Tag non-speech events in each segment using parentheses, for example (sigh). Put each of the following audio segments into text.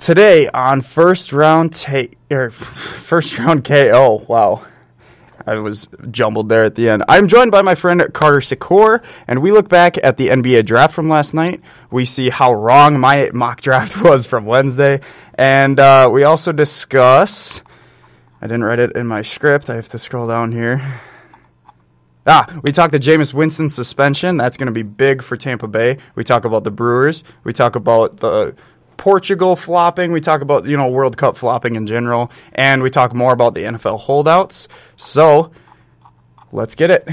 Today on first round take or (laughs) first round KO. Wow. I was jumbled there at the end. I'm joined by my friend Carter Secor, and we look back at the NBA draft from last night. We see how wrong my mock draft (laughs) was from Wednesday, and uh, we also discuss. I didn't write it in my script. I have to scroll down here. Ah, we talked to Jameis Winston suspension. That's going to be big for Tampa Bay. We talk about the Brewers. We talk about the Portugal flopping. We talk about you know World Cup flopping in general, and we talk more about the NFL holdouts. So, let's get it.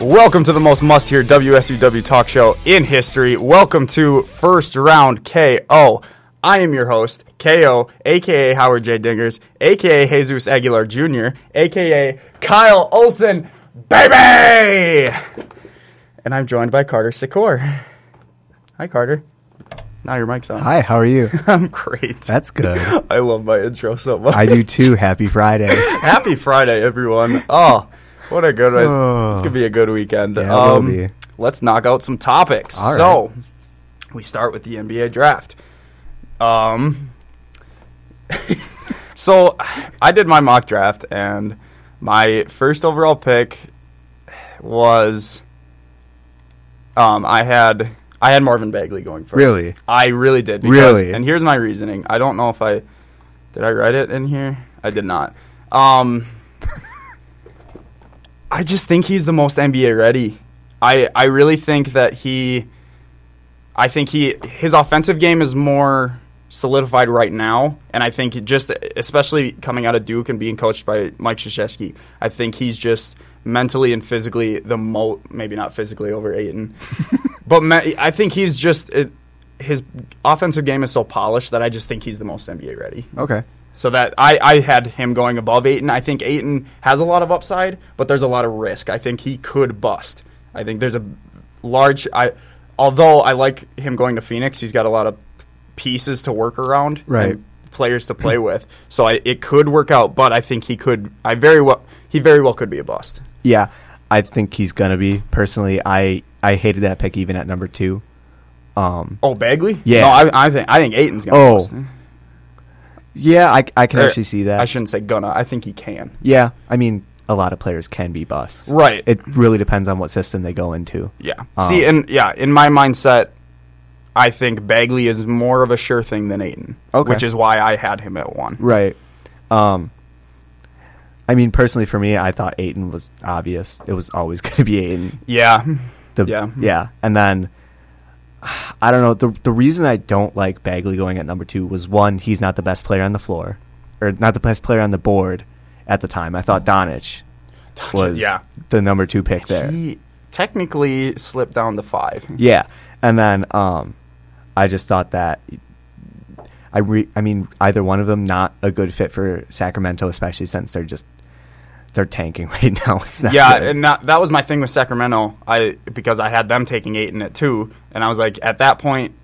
Welcome to the most must hear WSUW talk show in history. Welcome to First Round KO. I am your host, KO, aka Howard J. Dingers, aka Jesus Aguilar Jr., aka Kyle Olson, baby! And I'm joined by Carter Secor. Hi, Carter. Now your mic's on. Hi, how are you? (laughs) I'm great. That's good. I love my intro so much. I do too. Happy Friday. Happy Friday, everyone. Oh, what a good (sighs) It's going to be a good weekend. Um, Yeah, it will be. Let's knock out some topics. All right. So, we start with the NBA draft. Um, (laughs) so, I did my mock draft, and my first overall pick was um, I had. I had Marvin Bagley going first. Really? I really did. because- Really? And here's my reasoning. I don't know if I did I write it in here? I did not. Um, I just think he's the most NBA ready. I I really think that he I think he his offensive game is more solidified right now, and I think it just especially coming out of Duke and being coached by Mike Krzyzewski, I think he's just mentally and physically the mo maybe not physically over Aiton, but me- I think he's just it, his offensive game is so polished that I just think he's the most NBA ready. Okay. So that I, I had him going above Aiton. I think Aiton has a lot of upside, but there's a lot of risk. I think he could bust. I think there's a large I although I like him going to Phoenix, he's got a lot of pieces to work around Right. and players to play with. So I, it could work out, but I think he could I very well he very well could be a bust. Yeah, I think he's gonna be. Personally, I I hated that pick even at number two. Um. Oh, Bagley? Yeah. No, I, I think I think Aiton's gonna Oh, bust. Yeah, I I can Or- actually see that. Er, I shouldn't say gonna. I think he can. yeah, I mean, a lot of players can be busts. Right. It really depends on what system they go into. Yeah. Um, See, and yeah, in my mindset, I think Bagley is more of a sure thing than Aiton, Okay. which is why I had him at one. Right. Um. I mean, personally, for me, I thought Aiton was obvious. It was always (laughs) going to be Aiton. Yeah. The, Yeah. And then I don't know. The the reason I don't like Bagley going at number two was one, he's not the best player on the floor, or not the best player on the board at the time. I thought Donich was yeah. the number two pick there. He technically slipped down to five. yeah. And then um, I just thought that. I re- I mean, either one of them not a good fit for Sacramento, especially since they're just they're tanking (laughs) right now. It's not Yeah, good. and that, that was my thing with Sacramento. I because I had them taking Aiton at two, and I was like, at that point,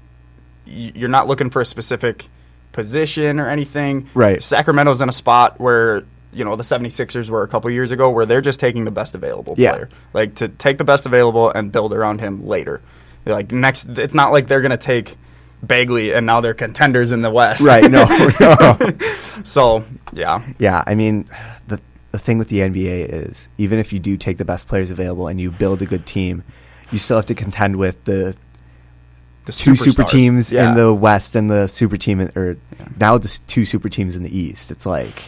y- you're not looking for a specific position or anything. Right. Sacramento's in a spot where you know the 76ers were a couple years ago, where they're just taking the best available Yeah. player, like to take the best available and build around him later. Like next, it's not like they're gonna take Bagley and now they're contenders in the West. (laughs) right? No, no. so yeah, Yeah, I mean, the the thing with the NBA is even if you do take the best players available and you build a good team, you still have to contend with the the two super superstars. teams Yeah. in the West and the super team in, or now the s- two super teams in the East. It's like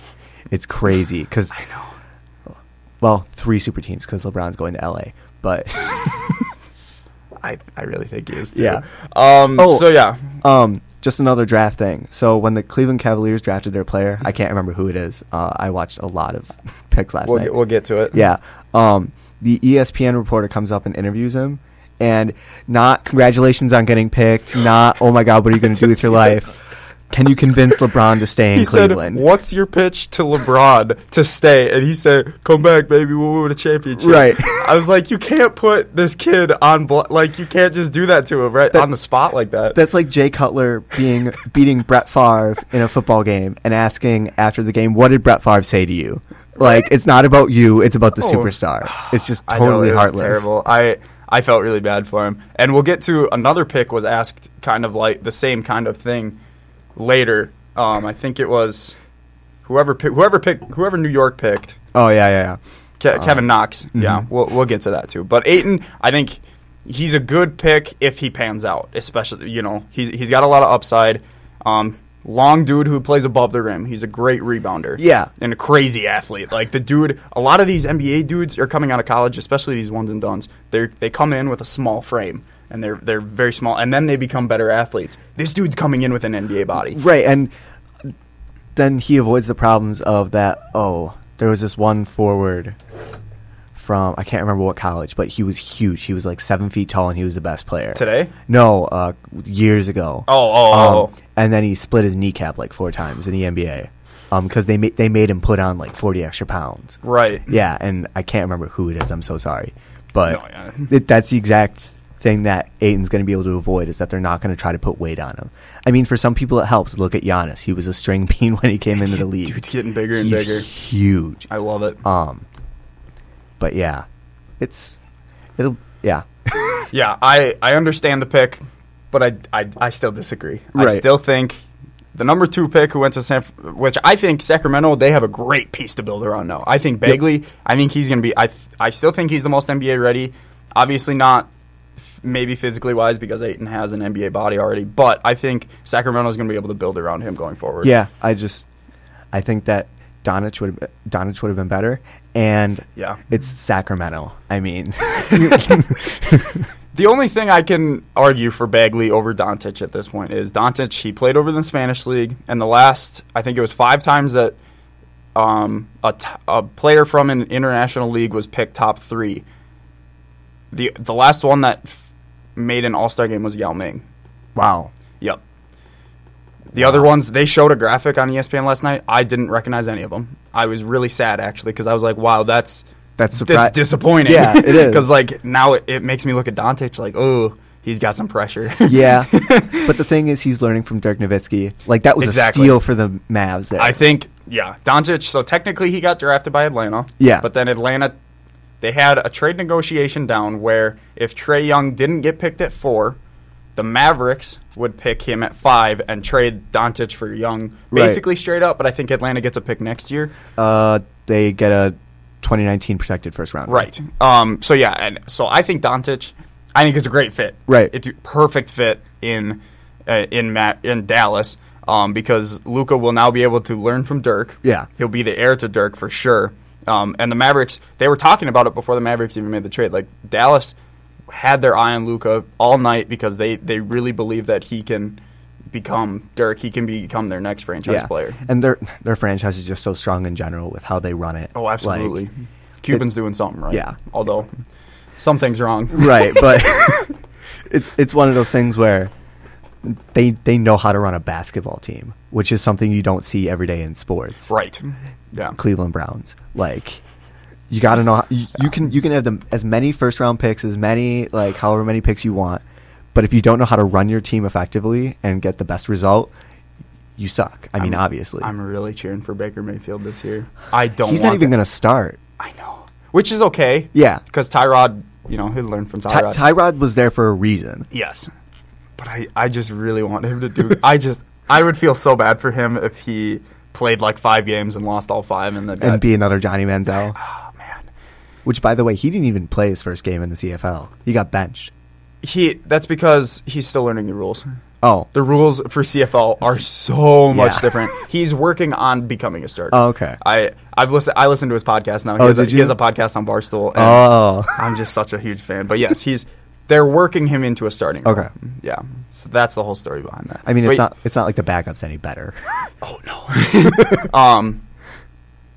it's crazy because I know. Well, three super teams because LeBron's going to LA, but I, I really think he is too. Yeah. Um. Oh. So yeah. Um, just another draft thing. So when the Cleveland Cavaliers drafted their player, I can't remember who it is. Uh, I watched a lot of (laughs) picks last We'll night. get, we'll get to it. Yeah. Um, the ESPN reporter comes up and interviews him, (laughs) and not congratulations on getting picked, not oh my god, what are you going to do with your life? Can you convince LeBron (laughs) to stay in He Cleveland? said, "What's your pitch to LeBron to stay?" And he said, "Come back, baby. We'll win a championship." Right. (laughs) I was like, "You can't put this kid on bl- like you can't just do that to him right on the spot like that." That's like Jay Cutler being beating Brett Favre in a football game and asking after the game, "What did Brett Favre say to you?" Like it's not about you; it's about the Oh. superstar. It's just I know, totally it was heartless. Terrible. I I felt really bad for him. And we'll get to another pick was asked kind of like the same kind of thing later. Um, I think it was whoever pick, whoever picked whoever New York picked Oh yeah, yeah, Ke- Kevin Knox. Yeah, mhm. we'll we'll get to that too. But Aiton, I think he's a good pick if he pans out, especially you know he's he's got a lot of upside. Um, long dude who plays above the rim. He's a great rebounder. Yeah. and a crazy athlete. Like the dude, a lot of these NBA dudes are coming out of college, especially these ones and duns. They they come in with a small frame. And they're they're very small, and then they become better athletes. This dude's coming in with an NBA body. yeah. Right, and then he avoids the problems of that. Oh, there was this one forward from I can't remember what college, but he was huge. He was like seven feet tall, and he was the best player Today? No, uh, years ago. Oh, oh, oh, Um, oh. and then he split his kneecap like four times in the NBA, because Um, they ma- they made him put on like forty extra pounds. right? Yeah, and I can't remember who it is. I'm so sorry, but No, yeah. it, that's the exact thing that Aiton's going to be able to avoid is that they're not going to try to put weight on him. I mean, for some people it helps. Look at Giannis; he was a string (laughs) bean when he came into the league. Dude's getting bigger and He's bigger. huge. I love it. Um, but yeah, it's it'll yeah. Yeah, I, I understand the pick, but I, I, I still disagree. I Right. still think the number two pick who went to San, which I think Sacramento, they have a great piece to build around now. I think Bagley, I think he's going to be, I, I still think he's the most NBA ready. Obviously not f- maybe physically wise because Ayton has an NBA body already, but I think Sacramento's going to be able to build around him going forward. Yeah, I just I think that Donich would have Donich would have been better, and Yeah. it's Sacramento. I mean, (laughs) The only thing I can argue for Bagley over Doncic at this point is Doncic. He played over the Spanish league, and the last I think it was five times that um, a, t- a player from an international league was picked top three. the The last one that f- made an All Star game was Yao Ming. wow. Yep. The other ones, they showed a graphic on E ESPN last night. I didn't recognize any of them. I was really sad actually because I was like, "Wow, that's That's that's surpri- disappointing." Yeah, it (laughs) is. Because like now it, it makes me look at Doncic like, "Oh, he's got some (laughs) pressure." Yeah, (laughs) but the thing is, he's learning from Dirk Nowitzki. Like that was Exactly. a steal for the Mavs. There, I think yeah, Doncic. So technically, he got drafted by Atlanta. Yeah. but then Atlanta, they had a trade negotiation down where if Trey Young didn't get picked at four, the Mavericks would pick him at five and trade Doncic for Young, Right. basically straight up. But I think Atlanta gets a pick next year. uh, they get a 2019 protected first round. Right. Um, so yeah, and so I think Doncic, I think it's a great fit. Right. It's a perfect fit in uh, in Matt in Dallas um, because Luca will now be able to learn from Dirk. Yeah. He'll be the heir to Dirk for sure. Um, and the Mavericks, they were talking about it before the Mavericks even made the trade. Like Dallas had their eye on Luca all night because they they really believe that he can become Dirk. He can become their next franchise Yeah, player. and their their franchise is just so strong in general with how they run it. Oh, Like, absolutely. Cuban's doing something right. Yeah. Although something's (laughs) wrong. right, but (laughs) it, it's one of those things where they they know how to run a basketball team, which is something you don't see every day in sports. Right. Mm-hmm. Yeah. Cleveland Browns, like you got to know you, you can you can have them as many first round picks as many like however many picks you want, but if you don't know how to run your team effectively and get the best result, you suck. I mean, I'm- obviously, I'm really cheering for Baker Mayfield this year. I don't. he's want not even that- going to start. I know, which is okay. Yeah. because Tyrod, you know, he'll learn from Ty- Tyrod. Tyrod was there for a reason. yes, but I, I just really want him to do. I just, I would feel so bad for him if he played like five games and lost all five, and then And be another Johnny Manziel, Oh man, which by the way, he didn't even play his first game in the CFL. He got benched. he. That's because he's still learning the rules. Oh, The rules for CFL are so much Yeah. different. He's working on becoming a starter. Oh, okay. I I've listened. I listen to his podcast now. He, Oh, has, a, did he has you? a podcast on Barstool. and- oh, (laughs) I'm just such a huge fan. But yes, he's they're working him into a starting. role. Okay. Yeah. So that's the whole story behind that. I mean, But- it's not it's not like the backups any better. (laughs) Oh no. um.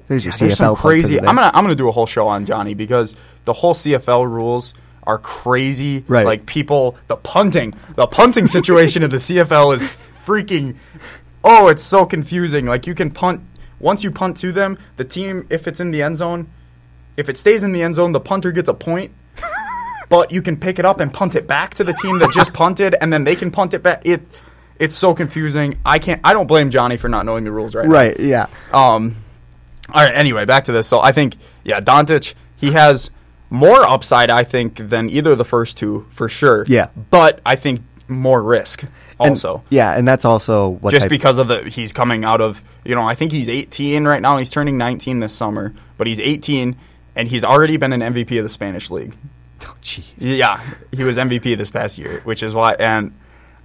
There's your There's CFL some plug for crazy. the day. I'm gonna I'm gonna do a whole show on Johnny because the whole CFL rules are crazy. Right. (laughs) Like people, the punting, the punting situation in the CFL is freaking oh, it's so confusing. Like you can punt once you punt to them, the team if it's in the end zone, if it stays in the end zone, the punter gets a (laughs) point. but you can pick it up and punt it back to the team that just punted, and then they can punt it back. It it's so confusing. I can't. I don't blame Johnny for not knowing the rules right. now. Right. Yeah. Um, all right. Anyway, back to this. So I think yeah, Doncic he has more upside I think than either of the first two for sure. Yeah. But I think more risk And- also. yeah, and that's also what just type- because of the he's coming out of you know I think he's 18 right now. He's turning 19 this summer, but he's 18 and he's already been an MVP of the Spanish league. (laughs) Oh, jeez. Yeah, he was MVP this past year, which is why. And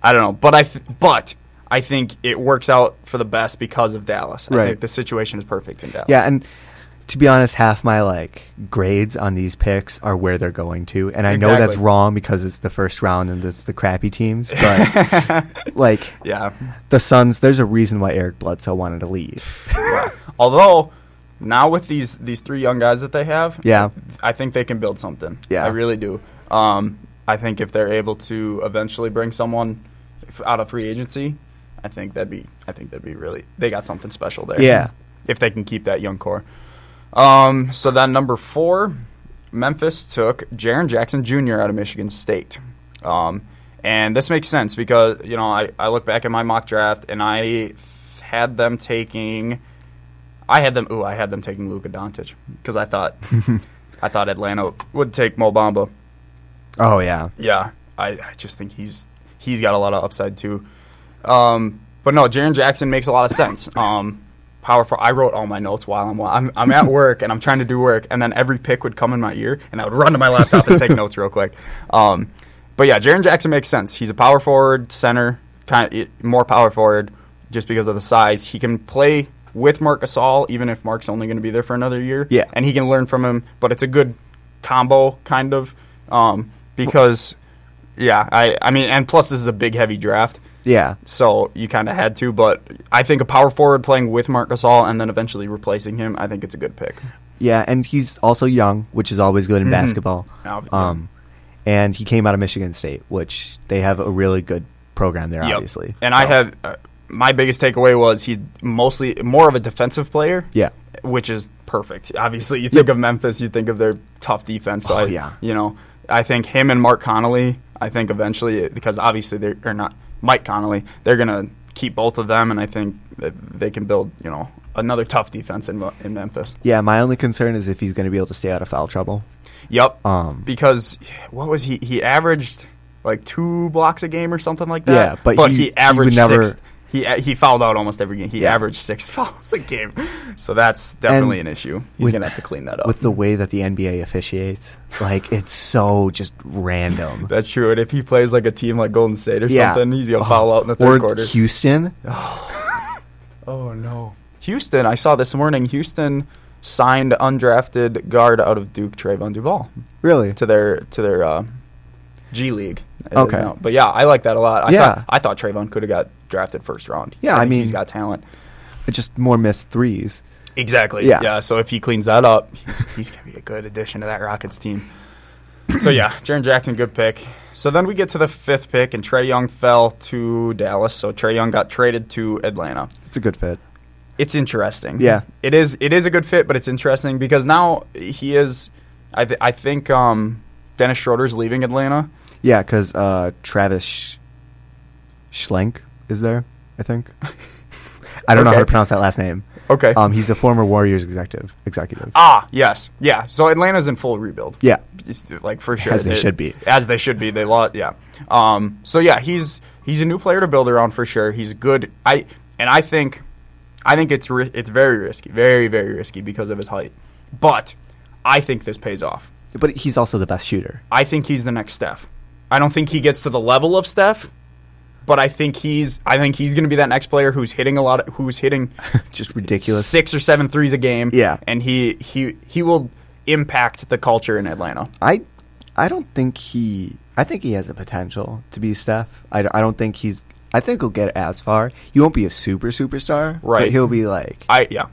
I don't know, but I th- but I think it works out for the best because of Dallas. I Right. think the situation is perfect in Dallas. Yeah, and to be honest, half my like grades on these picks are where they're going to, and I know that's Exactly. wrong because it's the first round and it's the crappy teams, but like yeah. the Suns, there's a reason why Eric Bledsoe wanted to leave. Although now with these these three young guys that they have, Yeah. I think they can build something. Yeah. I really do. Um, I think if they're able to eventually bring someone f- out of free agency, I think that'd be I think that'd be really they got something special there. Yeah. if they can keep that young core. Um, so then number four, Memphis took Jaron Jackson Jr. out of Michigan State. Um, and this makes sense because, you know, I, I look back at my mock draft and I f- had them taking I had them ooh, I had them taking Luka Doncic because I thought I thought Atlanta would take Mobamba. Oh yeah, Yeah, I, I just think he's he's got a lot of upside too. Um, but no, Jaron Jackson makes a lot of sense. Um, powerful. I wrote all my notes while I'm, I'm I'm at work and I'm trying to do work, and then every pick would come in my ear, and I would run to my laptop and take notes real quick. Um, but yeah, Jaron Jackson makes sense. He's a power forward, center, kind of more power forward, just because of the size. He can play with Mark Gasol, even if Mark's only going to be there for another year. Yeah. and he can learn from him. But it's a good combo, kind of, um, because yeah, I I mean, and plus this is a big heavy draft yeah, so you kind of had to. But I think a power forward playing with Marc Gasol and then eventually replacing him, I think it's a good pick. yeah, and he's also young, which is always good in Mhm. basketball. Oh, yeah. Um, and he came out of Michigan State, which they have a really good program there, obviously. And I So, have uh, my biggest takeaway was he mostly more of a defensive player. yeah, which is perfect. Obviously, you think of Memphis, you think of their tough defense. So Oh, I, yeah. you know, I think him and Mark Connolly. I think eventually, because obviously they're or not Mike Connolly, they're gonna keep both of them, and I think that they can build you know another tough defense in Mo- in Memphis. yeah. My only concern is if he's going to be able to stay out of foul trouble. Yep. Um, because what was he? He averaged like two blocks a game or something like Yeah, that. but he- he he would averaged never- six. He he fouled out almost every game. He Yeah. averaged six (laughs) fouls a game, so that's definitely And an issue. He's with- gonna have to clean that up. with the way that the NBA officiates. Like it's so just (laughs) random. that's true. And if he plays like a team like Golden State or Yeah. something, he's gonna Oh, foul out in the or third quarter. Houston. oh no, Houston! I saw this morning. Houston signed undrafted guard out of Duke, Trayvon Duval, Really? to their to their uh, G League. it is Okay. now. but yeah, I like that a lot. I Yeah. thought, I thought Trayvon could have got drafted first round. Yeah, I think mean- he's got talent. Just more missed threes. Exactly. Yeah. So if he cleans that up, he's, he's going to be a good addition to that Rockets team. So yeah, Jaron Jackson, good pick. So then we get to the fifth pick, and Trey Young fell to Dallas. So Trey Young got traded to Atlanta. It's a good fit. It's interesting. Yeah. it is. It is a good fit, but it's interesting because now he is. I th- I think um, Dennis Schroeder's leaving Atlanta. Yeah, because uh, Travis Sch- Schlenk is there. I think. I don't know how to Okay. pronounce that last name. Okay. Um, he's the former Warriors executive. Executive. ah, yes, yeah. So Atlanta's in full rebuild. yeah. It's, like for sure As they should be. as they should be they lost yeah um so yeah he's he's a new player to build around for sure he's good i and i think i think it's ri- it's very risky very very risky because of his height but i think this pays off But he's also the best (laughs) shooter. i think he's the next steph i don't think he gets to the level of steph but i think he's i think he's going to be that next player who's hitting a lot of, who's (laughs) hitting Just ridiculous. six or seven threes a game Yeah. and he he he will impact the culture in atlanta I, I don't think he. I think he has the potential to be Steph. I, d- I don't think he's. I think he'll get as far. He won't be a super superstar, But Right. he'll be like, i yeah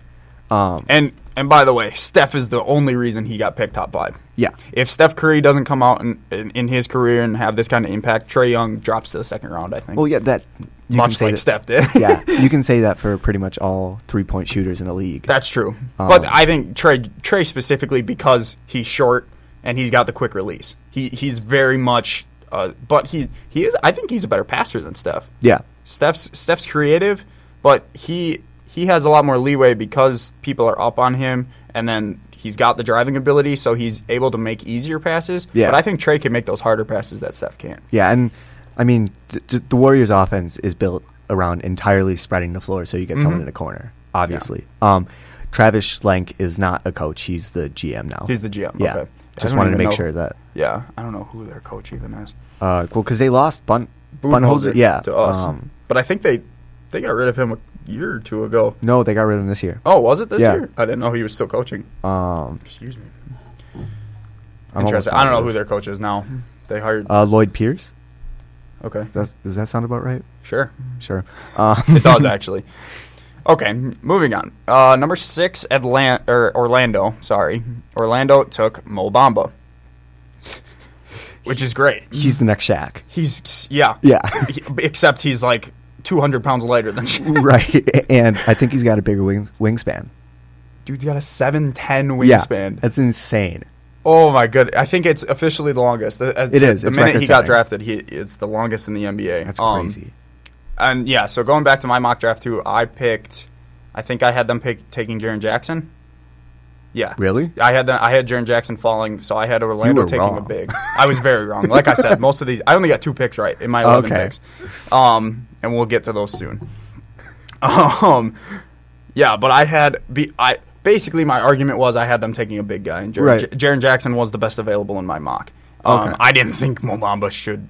um, And And by the way, Steph is the only reason he got picked top five. Yeah. If Steph Curry doesn't come out in, in, in his career and have this kind of impact, Trey Young drops to the second round, I think. Well, yeah, that you can much say like Steph that- did. (laughs) (laughs) yeah, you can say that for pretty much all three point shooters in the league. That's true. but Um, I think Trey Trey specifically because he's short and he's got the quick release. He he's very much uh, but he he is I think he's a better passer than Steph. yeah, Steph's Steph's creative, but he he has a lot more leeway because people are up on him and then he's got the driving ability so he's able to make easier passes. Yeah. But I think Trey can make those harder passes that Steph can't. yeah, and I mean th- th- the Warriors' offense is built around entirely spreading the floor, so you get Mm-hmm. someone in the corner. Obviously, um, Travis Schlenk is not a coach; he's the GM now. He's the GM. Yeah, Okay. I just don't wanted to even make know- sure that Yeah, I don't know who their coach even is. uh, well because they lost Bun Budenholzer Bunholzer. Yeah, to us. um, but I think they they got rid of him a year or two ago. no, they got rid of him this year. Oh, was it this Yeah. year? I didn't know he was still coaching. Um, Excuse me. I'm Interesting. almost I don't know positive. who their coach is now. They hired. Uh, Lloyd Pierce. okay, Does, does that sound about right? sure. Sure. Um, (laughs) It does actually. Okay, m- moving on. Uh, number six, Atlant- or Orlando. Sorry, Orlando took Mo Bamba, which is great. (laughs) he's the next Shaq. (laughs) He's yeah, Yeah. He- except he's like 200 pounds lighter (laughs) than Shaq. right. And I think he's got a bigger wing, wingspan. Dude's got a 7'10 Yeah. wingspan. That's insane. Oh my good! I think it's officially the longest. The, as- It is. The It's minute he got drafted, record-setting. he it's the longest in the NBA. That's Um, crazy. And yeah, so going back to my mock draft too, I picked. I think I had them pick taking Jaron Jackson. Yeah. Really? I had them, I had Jaron Jackson falling, so I had Orlando were taking a wrong. big. I was very wrong. Like I said, most of these I only got two picks right in my eleven Okay. picks. Um, and we'll get to those soon. Um, yeah, but I had be I basically my argument was I had them taking a big guy, and Jaron, Right. Jaron Jackson was the best available in my mock. Um, Okay. I didn't think Mobamba should.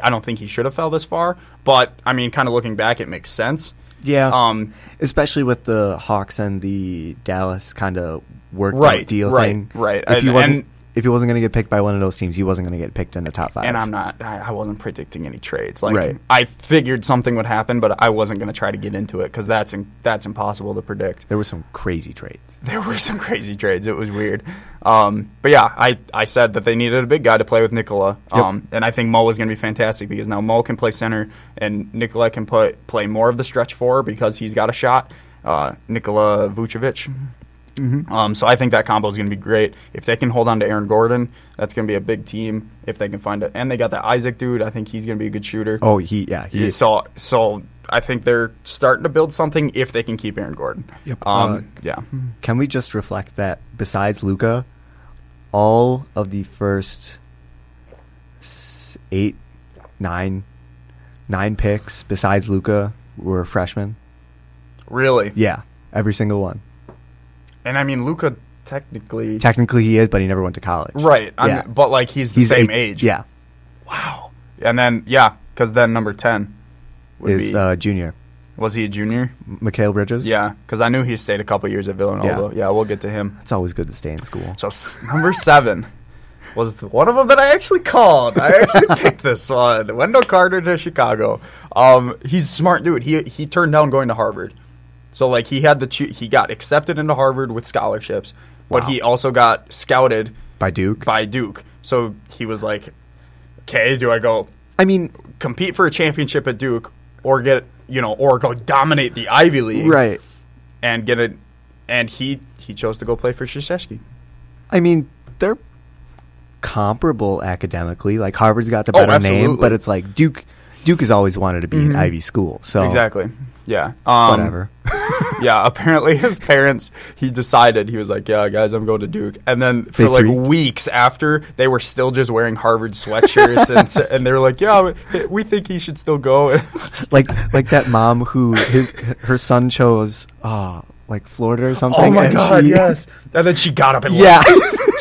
I don't think he should have fell this far, but I mean, kind of looking back, it makes sense. Yeah. Um, Especially with the Hawks and the Dallas kind of work Right, deal right, thing. right. If And- he wasn't and- if he wasn't going to get picked by one of those teams, he wasn't going to get picked in the top 5. and I'm not. I, I wasn't predicting any trades. Like Right. I figured something would happen, but I wasn't going to try to get into it because that's in, that's impossible to predict. There were some crazy trades. there were some crazy trades. It was weird. Um, but yeah, I, I said that they needed a big guy to play with Nicola. Um, And I think Mo is going to be fantastic because now Mo can play center and Nicola can put, play more of the stretch four because he's got a shot. Uh, Nikola Vucevic. Mm-hmm. Um, so I think that combo is going to be great. If they can hold on to Aaron Gordon, that's going to be a big team. If they can find it, and they got that Isaac dude, I think he's going to be a good shooter. Oh, he yeah, he So so I think they're starting to build something if they can keep Aaron Gordon. Yep. Um, Uh, yeah. Can we just reflect that besides Luca, all of the first s- eight, nine, nine picks besides Luca were freshmen? Really? Yeah, every single one. And I mean, Luca technically. Technically, he is, but he never went to college. right. I'm, Yeah. But like he's the He's same eight- age. Yeah, Wow. And then yeah, because then number ten would is be. uh, junior. was he a junior? Mikhail Bridges. Yeah, because I knew he stayed a couple years at Villanova. Yeah. we'll get to him. it's always good to stay in school. So s- number seven was the one of them that I actually called. I actually (laughs) picked this one. Wendell Carter to Chicago. Um, he's a smart dude. He he turned down going to Harvard. So like he had the cho- he got accepted into Harvard with scholarships, but Wow. he also got scouted By Duke. by Duke. So he was like, "Okay, do I go I mean, compete for a championship at Duke, or get you know, or go dominate the Ivy League, right. And get it." And he he chose to go play for Krzyzewski. I mean, they're comparable academically. Like Harvard's got the Oh, better name, absolutely. but it's like Duke. Duke has always wanted to be an Ivy school, so Exactly. Yeah. Um, Oh. whatever. (laughs) (laughs) Yeah. Apparently, his parents. He decided he was like, "Yeah, guys, I'm going to Duke." And then for They like freaked. weeks after, they were still just wearing Harvard sweatshirts, (laughs) and, and they were like, "Yeah, we- we think he should still go." like like that mom who his, her son chose uh like Florida or something. Oh my and god, she- yes. (laughs) And then she got up and Yeah. left.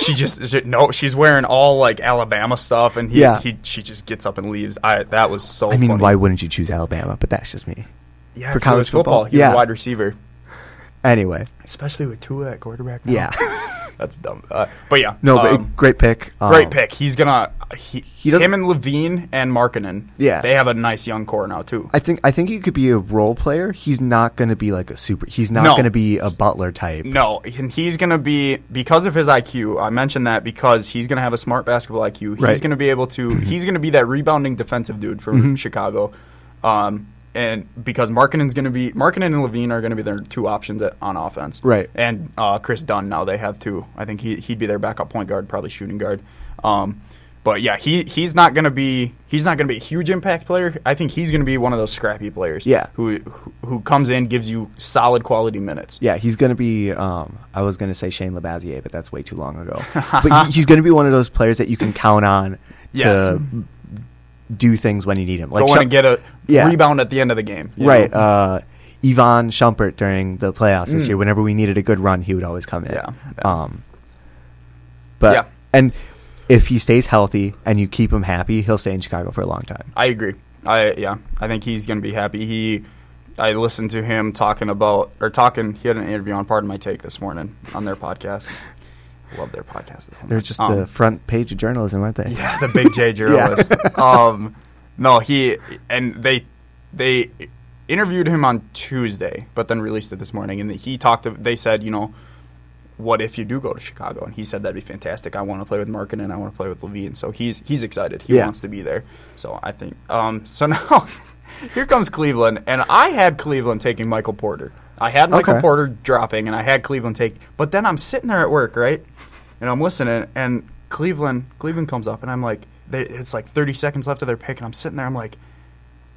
she just she- no, she's wearing all like Alabama stuff and he, Yeah. he she just gets up and leaves. I that was so (laughs) I mean, funny. why wouldn't you choose Alabama? But that's just me. yeah, for 'cause it was college football. football? He was Yeah. a wide receiver. Anyway, Especially with Tua at quarterback. now. yeah. That's dumb. Uh, but yeah, No, um, but great pick. Um, great pick. He's gonna he, He doesn't- him and Levine and Markkinen. Yeah. they have a nice young core now too. I think I think he could be a role player. He's not going to be like a super. He's not No. going to be a Butler type. No, and he's going to be because of his IQ. I mentioned that because he's going to have a smart basketball IQ. He's Right. Mm-hmm. going to be able (clears throat) to. He's going to be that rebounding defensive dude for Chicago. Um, and because Markkinen's going to be Markkinen and Levine are going to be their two options at, on offense. Right. And uh, Chris Dunn now they have two. I think he he'd be their backup point guard, probably shooting guard. Um, but yeah, he he's not going to be he's not going to be a huge impact player. I think he's going to be one of those scrappy players. Yeah. Who who- who comes in gives you solid quality minutes. Yeah, he's going to be. Um, I was going to say Shane Labazier, but that's way too (laughs) long ago. but he, he's going to be one of those players that you can count on to Yes. do things when you need him. Like go in Shum- and get a Yeah. rebound at the end of the game. you right. know? Uh, Ivan Shumpert during the playoffs this year. Whenever we needed a good run, he would always come in. Mm. Yeah. Um, but Yeah. and if he stays healthy and you keep him happy, he'll stay in Chicago for a long time. I agree. I yeah, I think he's going to be happy. He, I listened to him talking about or talking. He had an interview on Pardon My Take this morning on their (laughs) podcast. Love their podcast. They're just Um, the front page of journalism, aren't (laughs) they? Yeah, the big J journalist. um, no, he and they they interviewed him on Tuesday, but then released it this morning. And he talked. Of, they said, you know, what if you do go to Chicago? And he said that'd be fantastic. I want to play with Markin and I want to play with Levine. So he's he's excited. He Yeah. wants to be there. So I think. Um, so (laughs) now here comes Cleveland, and I had Cleveland taking Michael Porter. I had Michael Okay. Porter dropping, and I had Cleveland take. But then I'm sitting there at work, right, and I'm listening, and Cleveland, Cleveland comes up, and I'm like, they, it's like 30 seconds left of their pick, and I'm sitting there, I'm like,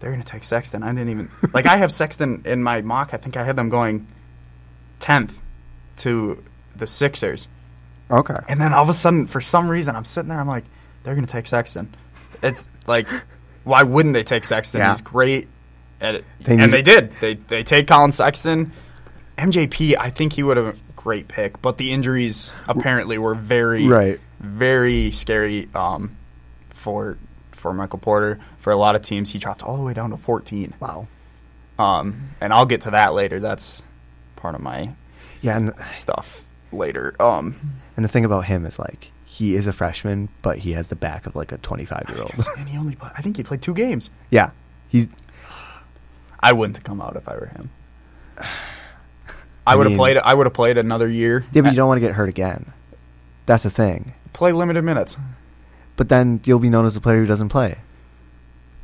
they're gonna take Sexton. I didn't even like. I have Sexton in my mock. I think I had them going 10th to the Sixers. Okay. And then all of a sudden, for some reason, I'm sitting there. I'm like, they're going to take Sexton. It's like, why wouldn't they take Sexton? Yeah. He's great. At it. They and need- they did. They they take Colin Sexton. MJP, I think he would have a great pick, but the injuries apparently were very, Right. very scary um, for for Michael Porter. For a lot of teams, he dropped all the way down to 14. Wow. Um, and I'll get to that later. That's part of my Yeah, and stuff later. Um, and the thing about him is like he is a freshman, but he has the back of like a twenty-five year old. and he only, played, I think he played two games. yeah, he's I wouldn't have come out if I were (sighs) him. I would have mean- played. I would have played another year. Uh, yeah, but you don't want to get hurt again. That's the thing. play limited minutes. But then you'll be known as the player who doesn't play.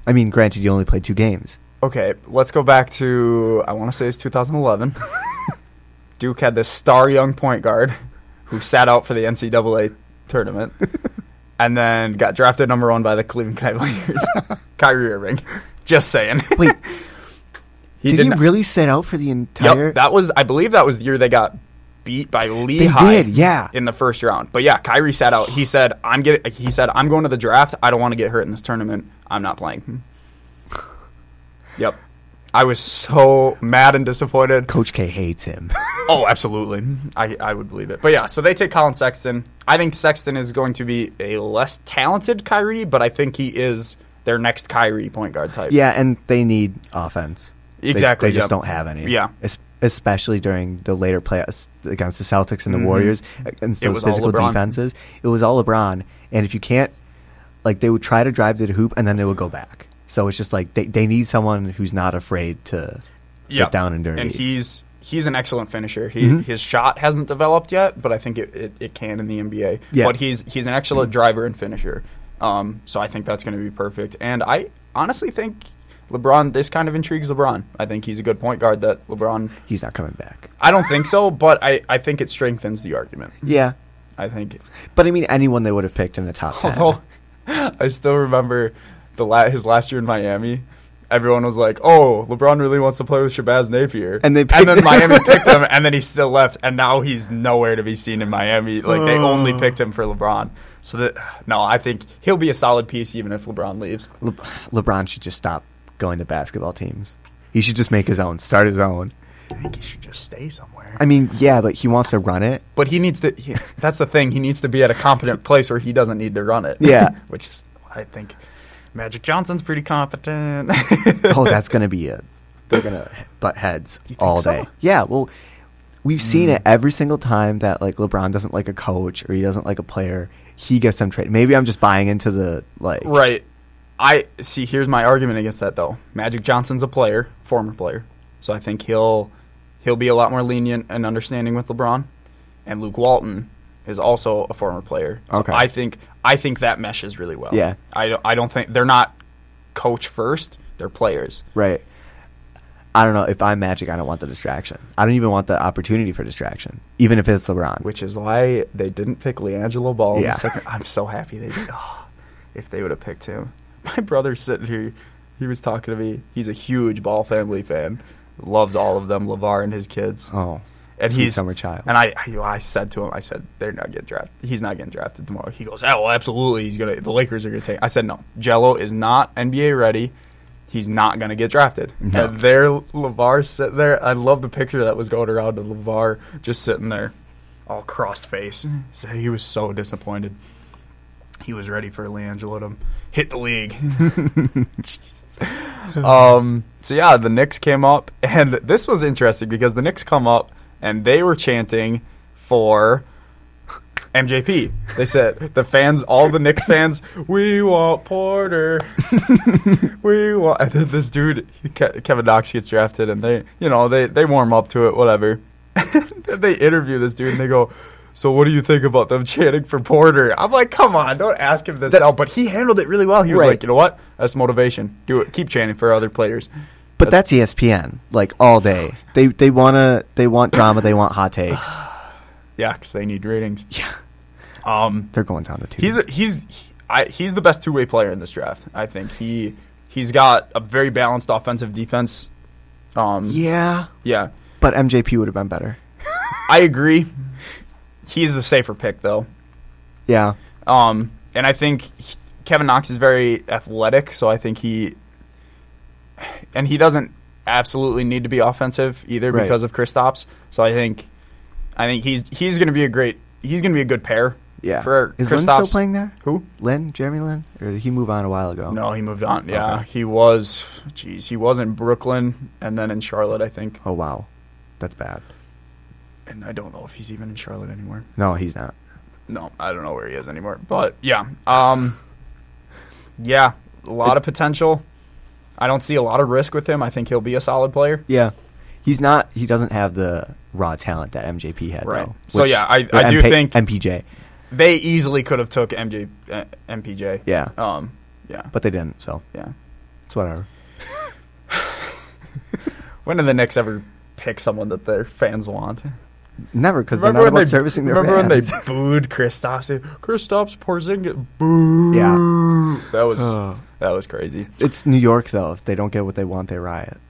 I mean, granted, you only played two games. Okay, let's go back to I want to say it's 2011. (laughs) Duke had this star young point guard who sat out for the NCAA (laughs) tournament, and then got drafted number one by the Cleveland (laughs) Cavaliers. Kyrie Irving. Just saying. (laughs) Wait, he did he didn't- really sit out for the entire? Yep, that was I believe that was the year they got beat by Lehigh. did, yeah. in the first round. But yeah, Kyrie sat out. He said, "I'm getting." He said, "I'm going to the draft. I don't want to get hurt in this tournament. I'm not playing." yep, I was so mad and (laughs) disappointed. Coach K hates him. Oh, absolutely, I I would believe it. But yeah, so they take Colin Sexton. I think Sexton is going to be a less talented Kyrie, but I think he is their next Kyrie point guard type. yeah, and they need offense. They- Exactly, They, just yep. don't have any. Yeah. Es- especially during the later playoffs against the Celtics and the Warriors against Mm-hmm. It those was all physical LeBron. defenses. It was all LeBron, and if you can't, like, they would try to drive to the hoop and then they would go back. So it's just like they they need someone who's not afraid to Yep. get down and dirty. Mm-hmm. And he's he's an excellent finisher. He his shot hasn't developed yet, but I think it, it, it can in the NBA. Yeah. Mm-hmm. But he's he's an excellent driver and finisher. Um, so I think that's going to be perfect. And I honestly think LeBron this kind of intrigues LeBron. I think he's a good point guard that LeBron. He's not coming back. I don't think so, but I, I think it strengthens the argument. Yeah, I think But I mean, anyone they would have picked in the top ten. Although (laughs) I still remember the la- his last year in Miami, everyone was like, "Oh, LeBron really wants to play with Shabazz Napier," And they and then picked- Miami picked (laughs) him, and then he still left, and now he's nowhere to be seen in Miami. Like they only Oh. picked him for LeBron. So that no, I think he'll be a solid piece even if LeBron leaves. Le- LeBron should just stop going to basketball teams. He should just make his own, start his own. I think he should just stay somewhere. I mean, yeah, but he wants to run it. but he needs to. He, that's the thing. He needs to be at a competent place where he doesn't need to run it. Yeah. (laughs) which is I think Magic Johnson's pretty competent. (laughs) Oh, that's gonna be a. They're gonna butt heads You think all so? day. Yeah. Well, we've seen Hmm. it every single time that like LeBron doesn't like a coach or he doesn't like a player, he gets them traded. Maybe I'm just buying into the like Right. I see. Here's my argument against that, though. Magic Johnson's a player, former player, so I think he'll he'll be a lot more lenient and understanding with LeBron. And Luke Walton is also a former player, so Okay. I think I think that meshes really well. Yeah. I don't, I don't think they're not coach first; they're players. right. I don't know if I'm Magic. I don't want the distraction. I don't even want the opportunity for distraction, even if it's LeBron. Which is why they didn't pick LiAngelo Ball in Yeah. the second. I'm so happy they did. Oh, if they would have picked him. (laughs) My brother's sitting here. He was talking to me. He's a huge Ball family fan. Loves all of them, LeVar and his kids. oh, and sweet he's summer child. And I, I, I said to him, I said, they're not getting drafted. He's not getting drafted tomorrow. He goes, oh, well, absolutely. He's gonna. The Lakers are gonna take. I said, no. Jello is not NBA ready. He's not gonna get drafted. No. And there, Levar sitting there. I love the picture that was going around of Levar just sitting there, all crossed face. So Mm-hmm. he was so disappointed. He was ready for LiAngelo to hit the league. Jesus. (laughs) Um, so yeah, the Knicks came up, and this was interesting because the Knicks come up and they were chanting for MJP. They said (laughs) the fans, all the Knicks fans, we want Porter. (laughs) we want. And then this dude, he- Ke- Kevin Knox, gets drafted, and they, you know, they they warm up to it, whatever. (laughs) Then they interview this dude, and they go. So what do you think about them chanting for Porter? I'm like, come on, don't ask him this now. But he handled it really well. He was Right. like, you know what? That's motivation. Do it. Keep chanting for other players. But that's E ESPN, like (sighs) all day. They they wanna they want drama. They want hot takes. Yeah, because they need ratings. Yeah, Um, they're going down to two. He's a, he's he, I, he's the best two way player in this draft. I think he he's got a very balanced offensive defense. Um, yeah. yeah, but MJP would have been better. I agree. He's the safer pick though, Yeah, um, and I think he- Kevin Knox is very athletic, so I think he and he doesn't absolutely need to be offensive either Right. because of Kristaps. So I think I think he's he's going to be a great he's going to be a good pair. yeah. for is Lynn still Kristaps. playing there? Who? Lynn, Jeremy Lynn, or did he move on a while ago? No, he moved on. Yeah, Okay. he was. Jeez, he was in Brooklyn and then in Charlotte, I think. Oh wow, that's bad. And I don't know if he's even in Charlotte anymore. No, he's not. No, I don't know where he is anymore. But yeah, um, yeah, a lot of potential. I don't see a lot of risk with him. I think he'll be a solid player. Yeah, he's not. He doesn't have the raw talent that MJP had. Right. Though, So, yeah, I- I or do think- MPJ, They easily could have took MJ, uh, MPJ. Yeah. Um. Yeah. but they didn't. So Yeah. it's whatever. When did the Knicks ever pick someone that their fans want? Never because they're not about servicing their remember fans. when they (laughs) booed Kristaps? They- Kristaps Porzingis, boo. Yeah. that (sighs) was Oh. that was crazy. it's New York though. If they don't get what they want, they riot. (laughs)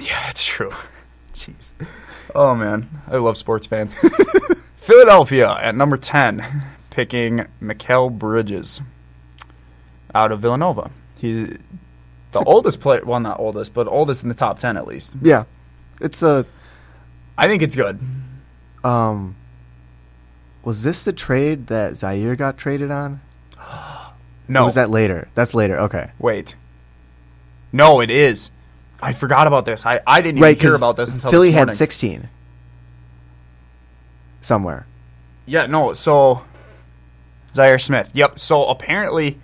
Yeah, that's true. (laughs) Jeez. Oh man, I love sports fans. (laughs) Philadelphia at number ten, picking Mikel Bridges out of Villanova. He's the oldest player. Well, not oldest, but oldest in the top ten at least. Yeah, it's a. I think it's good. Um, was this the trade that Zaire got traded on? Or No, was that later? That's later. Okay, wait. No, it is. I forgot about this. I, I didn't right. even hear 'cause about this until Philly this had morning. sixteen somewhere. Yeah, no, so Zaire Smith. Yep. So apparently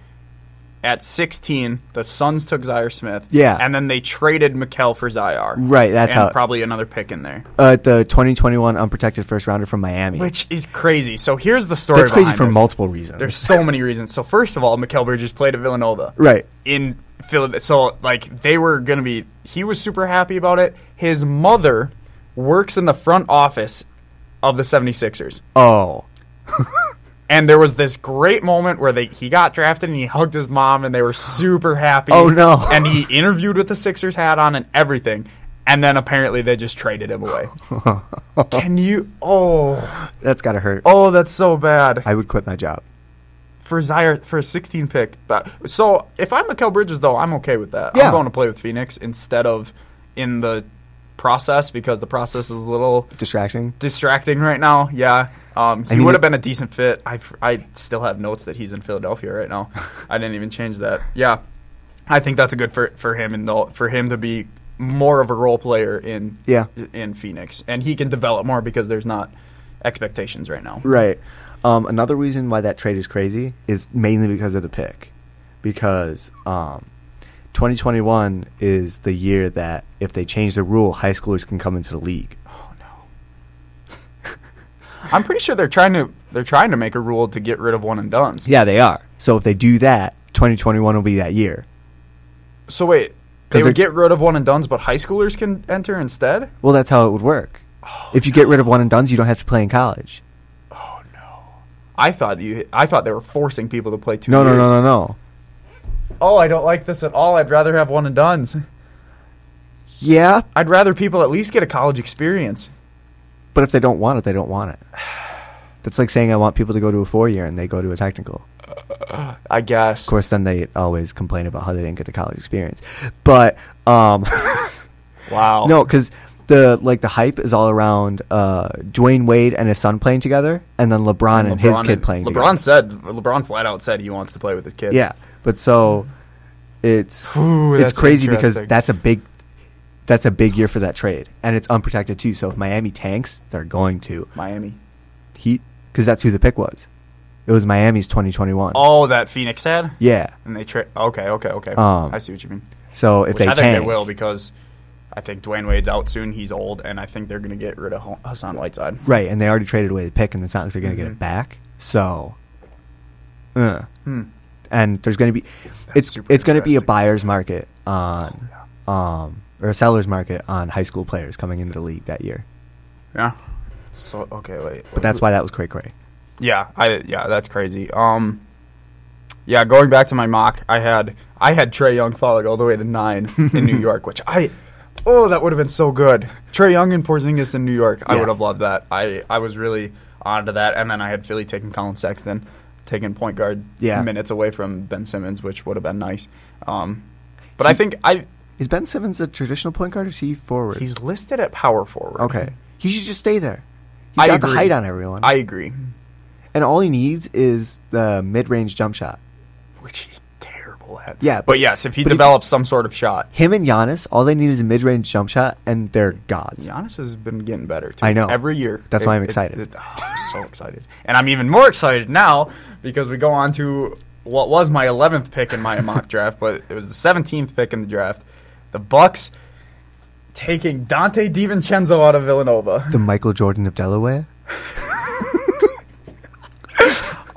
at 16, the Suns took Zaire Smith. Yeah. And then they traded Mikel for Zaire. Right, that's and how- probably another pick in there, Uh, the 2021 unprotected first rounder from Miami. which is crazy. So here's the story That's crazy behind for this. multiple reasons. There's so many reasons. So first of all, Mikel Bridges played at Villanova. right. in Philadelphia. So like they were gonna be. He was super happy about it. His mother works in the front office of the 76ers. Oh, And there was this great moment where they he got drafted and he hugged his mom and they were super happy. Oh, no. (laughs) And he interviewed with the Sixers hat on and everything. And then apparently they just traded him (laughs) away. Can you oh that's gotta hurt. oh that's so bad. I would quit my job. for Zaire for a 16 pick. But so if I'm Mikel Bridges though, I'm okay with that. Yeah. I'm going to play with Phoenix instead of in the process because the process is a little Distracting. distracting right now. Yeah. Um, he mean, would it- have been a decent fit. I, I still have notes that he's in Philadelphia right now. I didn't even change that. Yeah, I think that's a good for for him and the, for him to be more of a role player in Yeah. in Phoenix, and he can develop more because there's not expectations right now. Right. Um, another reason why that trade is crazy is mainly because of the pick. Because um, 2021 is the year that if they change the rule, high schoolers can come into the league. Oh no! I'm pretty sure they're trying to they're trying to make a rule to get rid of one and done's. Yeah, they are. So if they do that, 2021 will be that year. So wait, they 'Cause would they're- get rid of one and done's, but high schoolers can enter instead. Well, that's how it would work. if you get rid of one and duns, you don't have to play in college. Oh no! I thought you I thought they were forcing people to play two. No, no, years. no, no, no. Oh, I don't like this at all. I'd rather have one and done's. Yeah, I'd rather people at least get a college experience. but if they don't want it, they don't want it. (sighs) That's like saying I want people to go to a four year and they go to a technical. I guess. Of course, then they always complain about how they didn't get the college experience. But um, (laughs) Wow. no, because the like the hype is all around uh, Dwayne Wade and his son playing together, and then LeBron and his kid playing. LeBron together. said LeBron flat out said he wants to play with his kid. yeah. But so it's Ooh, it's that's crazy because interesting. that's a big that's a big year for that trade, and it's unprotected too. So if Miami tanks, they're going to Miami. Heat because that's who the pick was. It was Miami's 2021. Oh, that Phoenix had, Yeah. and they tra- okay, okay, okay. Um, I see what you mean. So if Which they I think tank, they will because I think Dwayne Wade's out soon. He's old, and I think they're going to get rid of Ho- Hassan Whiteside. Right, and they already traded away the pick, and it's not like they're going to get Mhm. it back. So, uh, Hmm. and there's going to be, it's super it's going to be a interesting. buyer's market on, um, or a seller's market on high school players coming into the league that year. Yeah. So okay, wait. But that's why that was cray cray. Yeah, I yeah, that's crazy. Um, yeah, going back to my mock, I had I had Trey Young falling all the way to nine in (laughs) New York, which I oh that would have been so good. Trey Young and Porzingis in New York, I Yeah. would have loved that. I I was really onto that, and then I had Philly taking Colin Sexton, taking point guard Yeah. minutes away from Ben Simmons, which would have been nice. Um, but I think I Is Ben Simmons a traditional point guard or is he forward? he's listed at power forward. okay. He should just stay there. He I got the agree. height on everyone, I agree, and all he needs is the mid-range jump shot. which he's terrible at. Yeah, but yes, if he but if- develops some sort of shot. Him and Giannis, all they need is a mid-range jump shot, and they're gods. Giannis has been getting better. Too. I know. Every year. That's why I'm excited. oh, I'm so excited. And I'm even more excited now because we go on to what was my 11th pick in (laughs) my mock draft, but it was the 17th pick in the draft. The Bucks taking Dante DiVincenzo out of Villanova. The Michael Jordan of Delaware.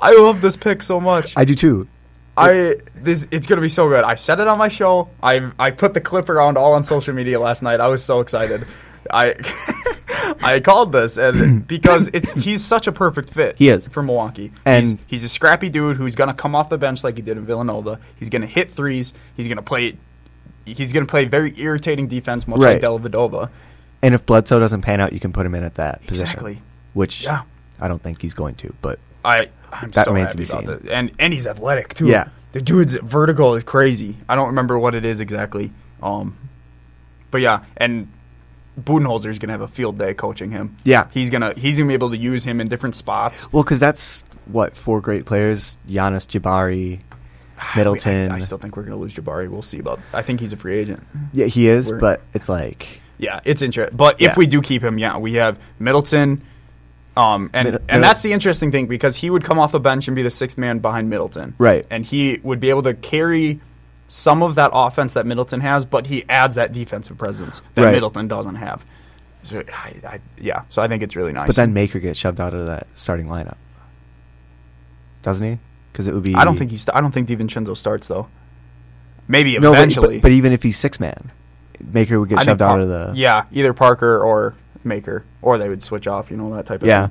I love this pick so much. I do too. I this it's gonna be so good. I said it on my show. I I put the clip around all on social media last night. I was so excited. I (laughs) I called this (clears throat) and because it's he's such a perfect fit. He is. for Milwaukee. And- he's, he's a scrappy dude who's gonna come off the bench like he did in Villanova. He's gonna hit threes. He's gonna play. He's gonna play very irritating defense, much like Right. Dellavedova. And if Bledsoe doesn't pan out, you can put him in at that position. Exactly. Which Yeah. I don't think he's going to, but I I'm That so remains to happy be about seen. that. And and he's athletic too. Yeah. The dude's vertical is crazy. I don't remember what it is exactly. Um but yeah, and Budenholzer's gonna have a field day coaching him. Yeah. He's gonna he's gonna be able to use him in different spots. well, because that's what four great players: Giannis, (sighs) Jabari, Middleton. I, I still think we're gonna lose Jabari. We'll see about I think he's a free agent. yeah, he is, We're- but it's like Yeah, it's interesting. But Yeah. if we do keep him, yeah, we have Middleton. Um, and, Mid- and Middle- that's the interesting thing because he would come off the bench and be the sixth man behind Middleton. Right. And he would be able to carry some of that offense that Middleton has, but he adds that defensive presence that Right. Middleton doesn't have. So, I, I, yeah, so I think it's really nice. but then Maker gets shoved out of that starting lineup, doesn't he? Because it would be. I don't think he's. I don't think Divincenzo starts though. Maybe no, but- eventually. but, but even if he's six man, Maker would get I think shoved out Par- of the. yeah either Parker or Maker or they would switch off you know that type of Yeah.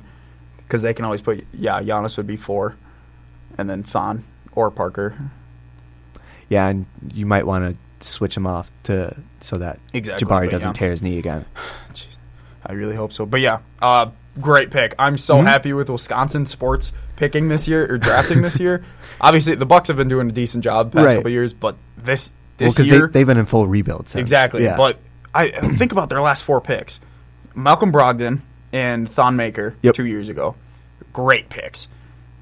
because they can always put yeah Giannis would be four and then Thon or Parker yeah, and you might want to switch him off to so that Exactly, Jabari but doesn't yeah. tear his knee again. Jeez, I really hope so but yeah uh great pick I'm so Mhm. happy with Wisconsin sports picking this year or drafting this (laughs) year obviously the Bucks have been doing a decent job the past Right. couple years but this Well, this 'cause year they, they've been in full rebuild since. Exactly. Yeah. But I think about their last four picks: Malcolm Brogdon and Thon Maker Yep. two years ago. Great picks.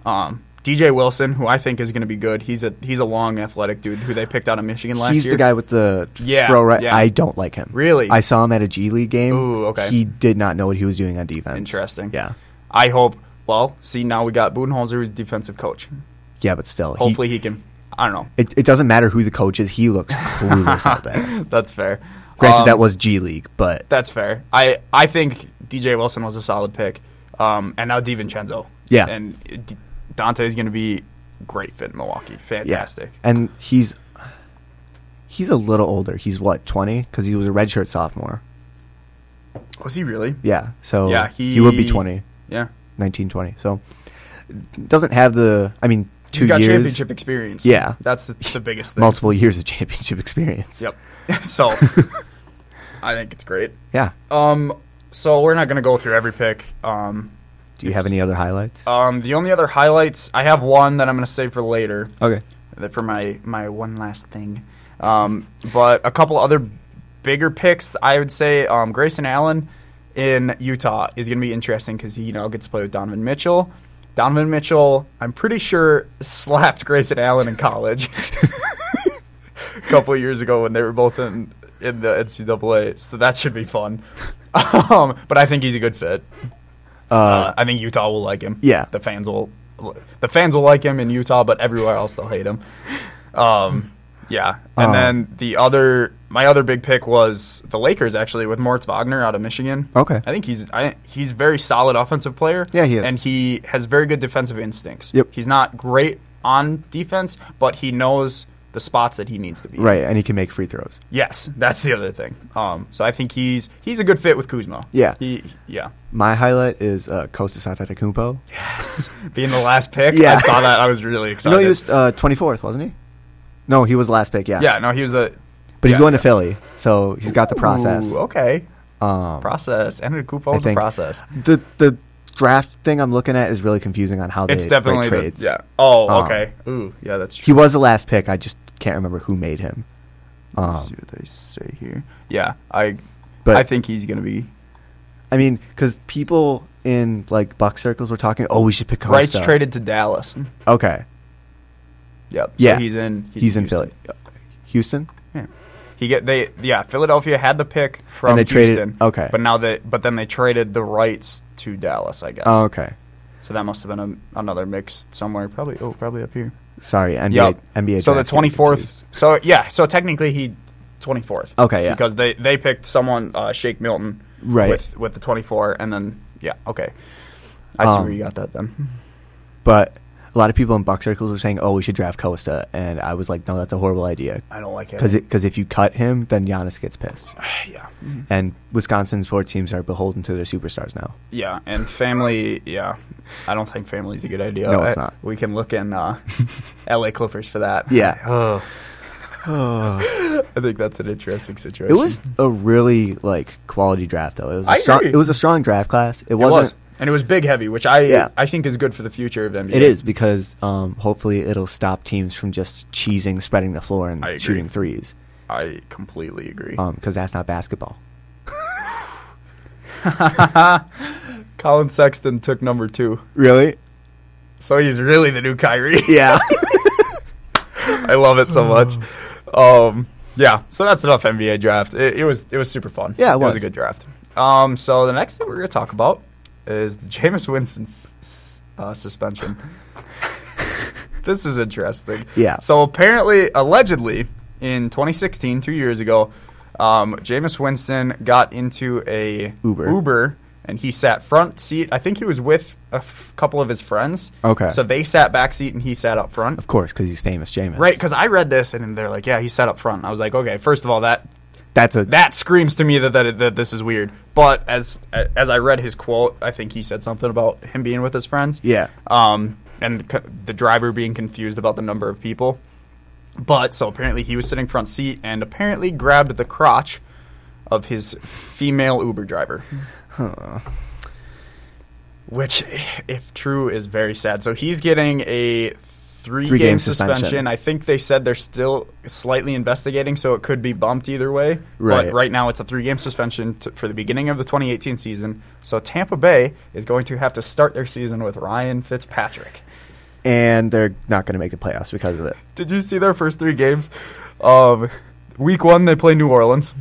Um, DJ Wilson, who I think is going to be good. He's a he's a long, athletic dude who they picked out of Michigan last He's year. the guy with the Yeah, throw right. yeah. I don't like him. Really? I saw him at a G League game. Ooh, okay. He did not know what he was doing on defense. Interesting. Yeah. I hope. Well, see, now we got Budenholzer, who's defensive coach. Yeah, but still, he- Hopefully, he can. I don't it, it doesn't matter who the coach is. (laughs) He looks clueless out there. know. That's fair. Granted, Um, that was G League, but That's fair. I I think DJ Wilson was a solid pick, um, and now Divincenzo. Yeah. and D- Dante is going to be great fit in Milwaukee. Fantastic. Yeah. And he's he's a little older. He's what twenty? Because he was a redshirt sophomore. Was he really? Yeah. So Yeah, Oh, he, would be 20, Yeah, 19, 20. So doesn't have the. I mean, 2 he's got years, championship experience. Yeah. that's the, the biggest thing. multiple years of (laughs) championship experience. Yep. (laughs) so I think it's great. Yeah. Um, so we're not going to go through every pick. Um, Do you have any other highlights? um, the only other highlights I have one that I'm going to save for later. okay. that for my my one last thing. Um, but a couple other bigger picks, I would say um, Grayson Allen in Utah is going to be interesting because he you know gets to play with Donovan Mitchell. Donovan Mitchell, I'm pretty sure slapped Grayson Allen in college (laughs) a couple years ago when they were both in in the NCAA. So that should be fun. (laughs) Um, but I think he's a good fit. Uh, Uh, I think Utah will like him. Yeah. the fans will, the fans will like him in Utah, but everywhere else they'll hate him. Um, yeah, and Uh, then the other, my other big pick was the Lakers actually with Moritz Wagner out of Michigan. Okay. I think he's I, he's very solid offensive player. Yeah, he is. and he has very good defensive instincts. Yep. he's not great on defense, but he knows the spots that he needs to be. in. right, and he can make free throws. Yes, that's the other thing. Um, so I think he's he's a good fit with Kuzma. Yeah. He yeah. My highlight is uh, Kostas Antetokounmpo. Yes. Being the last pick, I Yeah. saw that. I was really excited. No, he was uh, 24th, wasn't he? No, he was last pick, yeah. yeah, no, he was the. But he's yeah. going to Philly, so he's got the process. Ooh, oh. okay. Um, Process. Enter Kupo I with the think- process. the the draft thing I'm looking at is really confusing on how they It's break definitely the, trades. yeah. Oh, Um, okay. Ooh, yeah, that's He true. was the last pick. I just can't remember who made him. Let's see Um, what they say here. Yeah, I. But- I think he's gonna be I mean, because people in like buck circles were talking, oh, we should pick Costa. Wright's traded to Dallas. Okay, Yep. So Yeah. he's in. he's, in Houston. Philly, Houston. Yeah. He get they yeah Philadelphia had the pick from And they Houston. traded- okay. But now they but then they traded the rights to Dallas. I guess. Oh, okay. So that must have been a, another mix somewhere. Probably oh probably up here. Sorry, NBA. Yep. NBA. So the draft getting twenty fourth. confused. So yeah. So technically he twenty fourth. Okay, yeah. Because they they picked someone uh, Shake Milton. Right. With with the twenty four and then yeah okay. I see Um, where you got that then. But a lot of people in buck circles were saying, oh, we should draft Costa, and I was like, no, that's a horrible idea. I don't like it. Because if you cut him, then Giannis gets pissed. (sighs) yeah And Wisconsin sports teams are beholden to their superstars now. yeah and family yeah. I don't think family's a good idea. No, it's I- not. we can look in (laughs) uh, L.A. Clippers for that. Yeah. Oh. I think that's an interesting It situation. was a really like quality draft though. It was a I strong, agree. it was a strong draft class. It It was. wasn't. And it was big heavy, which I Yeah. I think is good for the future of NBA. It is because um, hopefully it'll stop teams from just cheesing, spreading the floor, and I agree. shooting threes. I completely agree. Because that's not basketball. Colin Sexton took number two, Really? so he's really the new Kyrie. (laughs) Yeah. I love it so much. Um, yeah, so that's enough NBA draft. It, it was it was super fun. Yeah, it was. was. a good draft. Um, so the next thing we're gonna talk about is the Jameis Winston s- s- uh, suspension. (laughs) this is interesting. Yeah. So apparently, allegedly, in 2016, two years ago, um, Jameis Winston got into a Uber. Uber. And he sat front seat. I think he was with a f- couple of his friends. Okay. So they sat back seat and he sat up front. of course, because he's famous, Jameis. Right, because I read this and then they're like, "Yeah, he sat up front." I was like, "Okay, first of all, that That's a. that screams to me that that, that this is weird." But as as I read his quote, I think he said something about him being with his friends. yeah. Um, and c- the driver being confused about the number of people. But so apparently he was sitting front seat and apparently grabbed the crotch of his female Uber driver. Which, if true, is very sad. So he's getting a three, game, Three-game suspension. suspension. I think they said they're still slightly investigating, so it could be bumped either way. But Right. right now, it's a three game suspension t- for the beginning of the 2018 season. So Tampa Bay is going to have to start their season with Ryan Fitzpatrick. and they're not going to make the playoffs because of it. Did you see their first three games? Um, week one, they play New Orleans.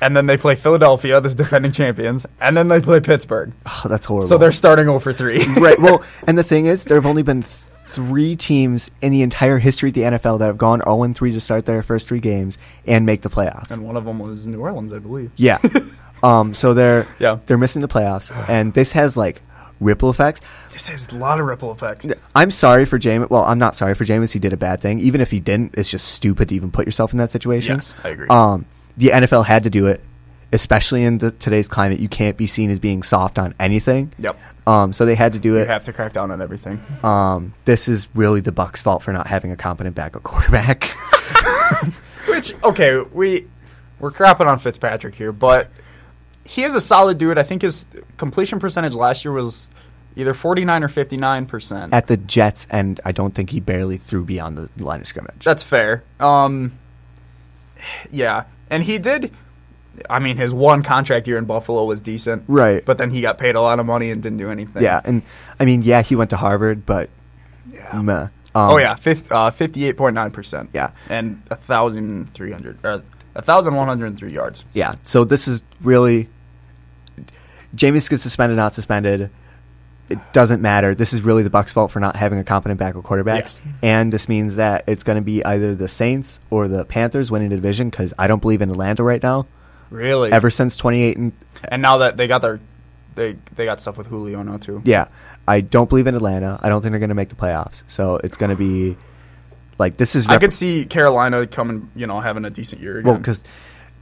And then they play Philadelphia, the defending champions, and then they play Pittsburgh. Oh, that's horrible. So they're starting 0 for (laughs) 3. right. Well, and the thing is, there have only been th- three teams in the entire history of the NFL that have gone 0 3 to start their first three games and make the playoffs. And one of them was New Orleans, I believe. (laughs) Yeah. um, so they're Yeah. they're missing the playoffs, and this has like ripple effects. This has a lot of ripple effects. I'm sorry for Jameis. Well, I'm not sorry for Jameis. He did a bad thing. Even if he didn't, it's just stupid to even put yourself in that situation. Yes, I agree. Um, the NFL had to do it, especially in the, today's climate. You can't be seen as being soft on anything. Yep. Um, so they had to do You it. have to crack down on everything. Um, this is really the Bucks' fault for not having a competent backup (laughs) quarterback. Which okay, we we're crapping on Fitzpatrick here, but he is a solid dude. I think his completion percentage last year was either 49 or 59 percent. at the Jets, and I don't think he barely threw beyond the line of scrimmage. That's fair. Um, yeah, and he did. I mean, his one contract year in Buffalo was decent, Right. But then he got paid a lot of money and didn't do anything. yeah, and I mean, yeah, he went to Harvard, but Yeah. meh. Um, oh yeah, fifty-eight point nine percent. Yeah. and a thousand three hundred or a thousand one hundred three yards. yeah. So this is really Jameis gets suspended, not suspended. It doesn't matter. This is really the Bucks' fault for not having a competent backup quarterback, Yes. and this means that it's going to be either the Saints or the Panthers winning the division because I don't believe in Atlanta right now. Really, Ever since twenty eight and And now that they got their they they got stuff with Julio now too. Yeah, I don't believe in Atlanta. I don't think they're going to make the playoffs. So it's going to be like this is. I could see Carolina coming, you know, having a decent year again. well because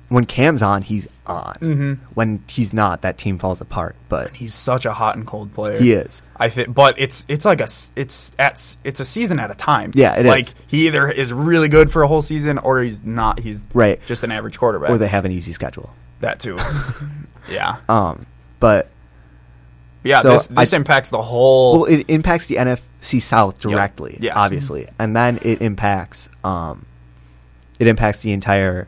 when Cam's on, he's on. Mhm. When he's not, that team falls apart. But he's such a hot and cold player. He is. I think, but it's it's like a s- it's at s- it's a season at a time. Yeah, it like is. he either is really good for a whole season or he's not. He's Right. just an average quarterback. or they have an easy schedule. that (laughs) too. yeah, Um, but yeah. so this this I- impacts the whole. well, it impacts the NFC South directly, Yes. obviously, and then it impacts um, it impacts the entire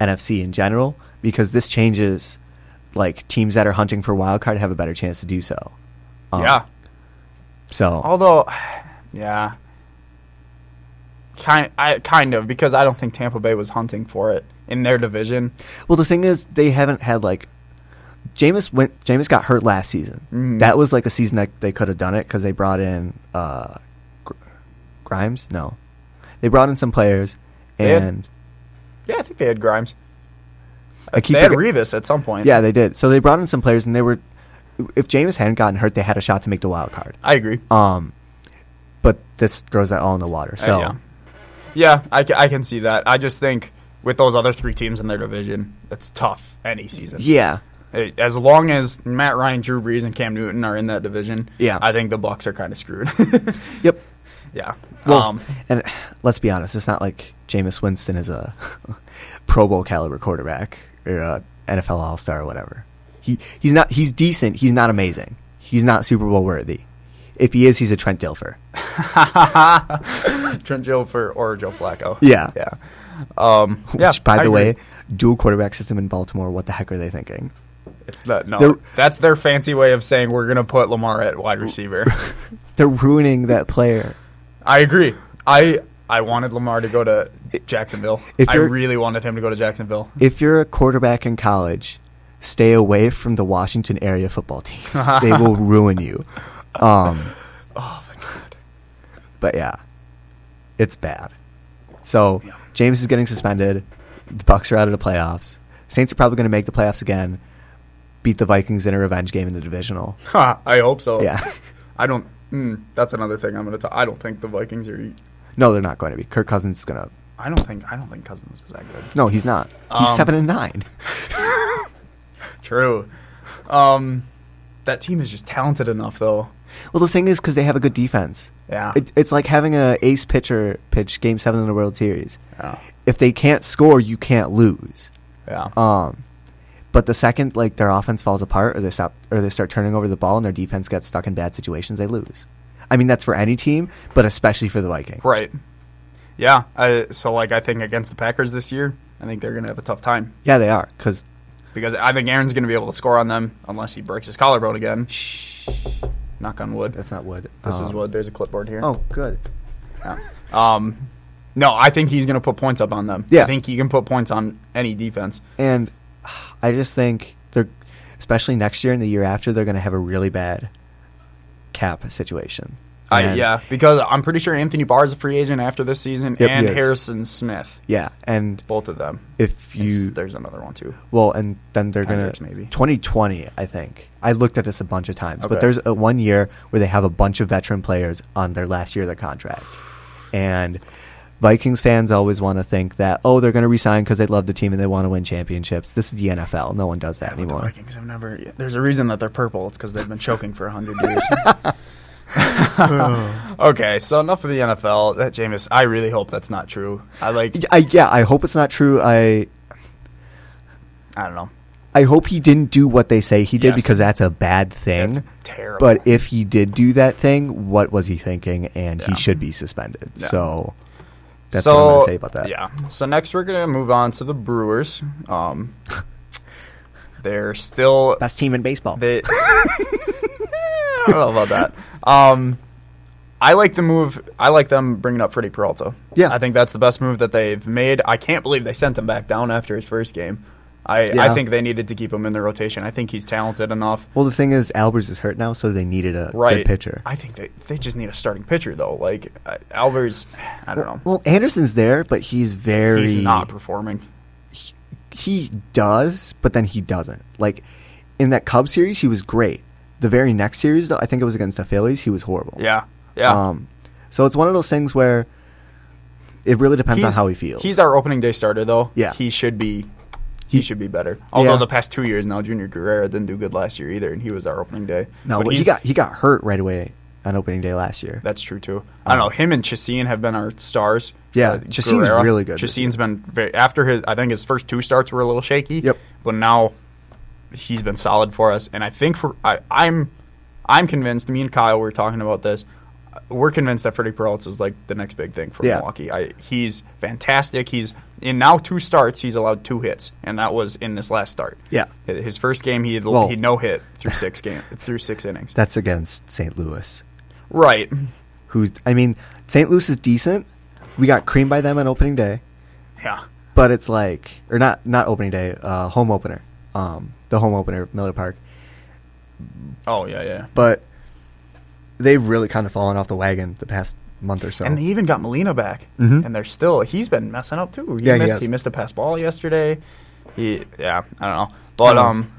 NFC in general because this changes. Like teams that are hunting for wild card have a better chance to do so. Um, yeah. So Although, (sighs) yeah, kind I kind of because I don't think Tampa Bay was hunting for it in their division. Well, the thing is, they haven't had like Jameis went. Jameis got hurt last season. Mhm. That was like a season that they could have done it because they brought in uh, Gr- Grimes. No, they brought in some players, They had- and Yeah, I think they had Grimes. I keep they had forget- Revis at some point. yeah, they did. So they brought in some players, and they were. If Jameis hadn't gotten hurt, they had a shot to make the wild card. I agree. Um, but this throws that all in the water. Uh, So yeah, yeah I, ca- I can see that. I just think with those other three teams in their division, it's tough any season. yeah, Uh, As long as Matt Ryan, Drew Brees, and Cam Newton are in that division, Yeah. I think the Bucks are kind of screwed. (laughs) yep. yeah. Well, um, (laughs) and let's be honest, it's not like Jameis Winston is a (laughs) Pro Bowl caliber quarterback or a NFL All Star or whatever. He he's not he's decent. He's not amazing. He's not Super Bowl worthy. If he is, he's a Trent Dilfer. (laughs) Trent Dilfer or Joe Flacco. Yeah. Yeah. Um, Which, yeah, by I the agree. way, dual quarterback system in Baltimore. What the heck are they thinking? it's not. No, they're- that's their fancy way of saying we're going to put Lamar at wide (laughs) receiver. They're ruining that player. I agree. I I wanted Lamar to go to Jacksonville. If I you're- really wanted him to go to Jacksonville. If you're a quarterback in college, stay away from the Washington area (laughs) football teams. they will ruin you. Um, Oh my god. But yeah, it's bad. So Yeah. James is getting suspended. The Bucks are out of the playoffs. Saints are probably going to make the playoffs again. Beat the Vikings in a revenge game in the divisional. Ha, (laughs) I hope so. Yeah. I don't. Mm, that's another thing I'm going to talk. I don't think the Vikings are. No, they're not going to be. Kirk Cousins is going to. I don't think. I don't think Cousins is that good. No, he's not. He's Um, seven and nine. (laughs) True. Um, that team is just talented enough, though. Well, the thing is, because they have a good defense. Yeah. It, it's like having a ace pitcher pitch Game Seven in the World Series. Yeah. If they can't score, you can't lose. Yeah. Um, but the second like their offense falls apart, or they stop, or they start turning over the ball, and their defense gets stuck in bad situations, they lose. I mean, that's for any team, but especially for the Vikings. right. Yeah. I, so like, I think against the Packers this year, I think they're going to have a tough time Yeah, they are because because I think Aaron's going to be able to score on them unless he breaks his collarbone again. Knock on wood. That's not wood. This is Um, wood. There's a clipboard here. Oh, good. (laughs) Um, no, I think he's going to put points up on them. Yeah. I think he can put points on any defense. And I just think they're, especially next year and the year after, they're going to have a really bad cap situation. I, And- yeah, because I'm pretty sure Anthony Barr is a free agent after this season, he and is. Harrison Smith, Yeah, and both of them. It's- if you there's another one too. well, and then they're going Hendricks, to maybe. 2020. I think I looked at this a bunch of times, Okay. but there's a one year where they have a bunch of veteran players on their last year of their contract, and Vikings fans always want to think that oh they're going to resign because they love the team and they want to win championships. This is the NFL. No one does that But the anymore. Vikings have never. yeah, There's a reason that they're purple. It's because they've been choking for (laughs) hundred years. Oh. (laughs) okay, so enough of the NFL. That Jameis, I really hope that's not true. I like. I, yeah, I hope it's not true. I I don't know. I hope he didn't do what they say he did Yes. because that's a bad thing. That's terrible. But if he did do that thing, what was he thinking? And Yeah. he should be suspended. Yeah. So that's so, what I'm going to say about that. Yeah. So next we're gonna move on to the Brewers. Um, they're still Best team in baseball. They. (laughs) I don't know about that. Um, I like the move. I like them bringing up Freddie Peralta. Yeah. I think that's the best move that they've made. I can't believe they sent him back down after his first game. I, I Yeah. think they needed to keep him in the rotation. I think he's talented enough. well, the thing is, Albers is hurt now, so they needed a Right. good pitcher. I think they they just need a starting pitcher though. Like uh, Albers, I don't know. Well, Anderson's there, but he's very. he's not performing. He does, but then he doesn't. Like in that Cubs series, he was great. The very next series, though, I think it was against the Phillies, he was horrible. Yeah. Yeah. Um, so it's one of those things where it really depends on He's- how he feels. He's our opening day starter, though. Yeah. he should be. He should be better. Although Yeah. the past two years now, Junior Guerrero didn't do good last year either, and he was our opening day. no, But but he he's- got he got hurt right away on opening day last year. That's true too. I don't know. Him and Chasine have been our stars. Uh, Yeah, Chasin's Guerrero. really good this Chasin's been very, after his. I think his first two starts were a little shaky. Yep. But now he's been solid for us, and I think for I, I'm I'm convinced. Me and Kyle were talking about this. uh, We're convinced that Freddie Peralta is like the next big thing for Yeah. Milwaukee. I, he's fantastic. He's in now two starts. He's allowed two hits, and that was in this last start. Yeah. his first game he had, Well- he no hit through six (laughs) game through six innings. That's against St. Louis, right. who's I mean, St. Louis is decent. We got creamed by them on opening day, Yeah. but it's like or not not opening day, uh, home opener, um, the home opener Miller Park. Oh yeah yeah. But they've really kind of fallen off the wagon the past month or so. And they even got Molina back, Mhm. and they're still he's been messing up too. He Yeah, he missed, has. he missed a pass ball yesterday. He yeah, I don't know, but know. um,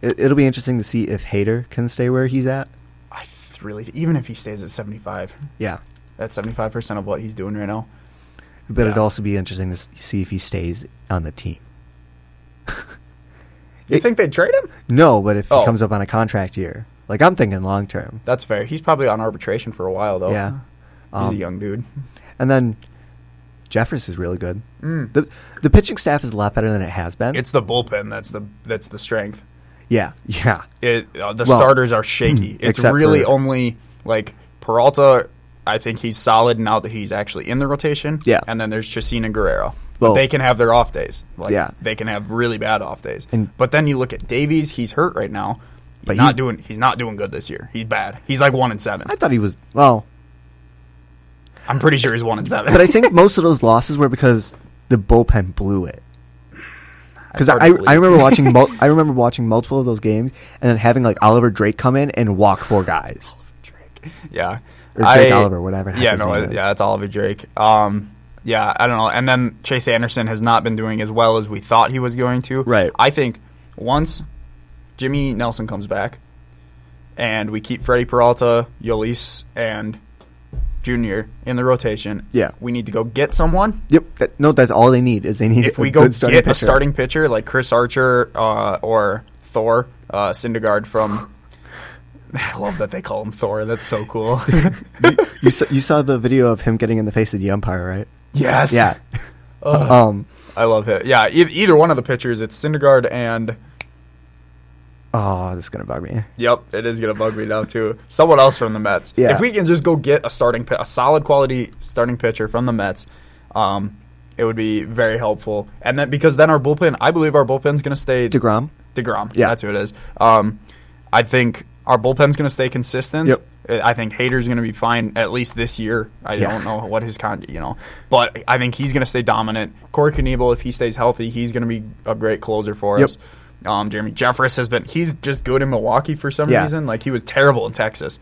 it, it'll be interesting to see if Hader can stay where he's at. I th- really even if he stays at seventy five, Yeah, that's seventy five percent of what he's doing right now. but it'd Yeah. also be interesting to s- see if he stays on the team. You It- think they trade him? No, but if Oh. he comes up on a contract year, like I'm thinking long term. That's fair. He's probably on arbitration for a while though. Yeah. Oh. he's Um, a young dude. And then Jeffress is really good. Mm. The the pitching staff is a lot better than it has been. It's the bullpen that's the that's the strength. yeah, yeah. it uh, the Well, starters are (clears throat) shaky. It's except really for- only like Peralta. I think he's solid now that he's actually in the rotation. Yeah. and then there's Chasina and Guerrero. but Well- they can have their off days. Like, Yeah. they can have really bad off days. And- but then you look at Davies; he's hurt right now. He's But not he's- doing. He's not doing good this year. He's bad. He's like one in seven. I thought he was well, I'm pretty sure he's one in seven. but I (laughs) think most of those losses were because the bullpen blew it. Because hard I, to believe. I remember (laughs) watching mul- I remember watching multiple of those games and then having like Oliver Drake come in and walk four guys. Drake. Yeah. Or Jake Oliver, whatever the heck Yeah, his no, name it- is. yeah, it's Oliver Drake. Um, yeah, I don't know. And then Chase Anderson has not been doing as well as we thought he was going to. Right. I think once Jimmy Nelson comes back, and we keep Freddie Peralta, Yolis, and Junior in the rotation. Yeah. we need to go get someone. Yep. That, no, that's all they need is they need If a we go good get starting a pitcher. starting pitcher like Chris Archer uh, or Thor uh, Syndergaard from, (laughs) I love that they call him Thor. That's so cool. (laughs) you, saw, you saw the video of him getting in the face of the umpire, (laughs) right? Yes. Yeah. Oh. um. I love it. Yeah, e- either one of the pitchers. It's Syndergaard and Oh, this is gonna bug me. yep, it is gonna bug me now too. Someone else from the Mets. Yeah. If we can just go get a starting, pi- a solid quality starting pitcher from the Mets, um, it would be very helpful. And then because then our bullpen, I believe our bullpen's gonna stay Degrom. Degrom. Yeah. that's who it is. Um, I think Our bullpen's going to stay consistent. Yep. Uh, I think Hader's going to be fine at least this year. I Yeah. don't know what his con, you know, but I think he's going to stay dominant. Corey Knebel, if he stays healthy, he's going to be a great closer for Yep. us. Um, Jeremy Jeffress has been he's just good in Milwaukee for some Yeah. reason. Like he was terrible in Texas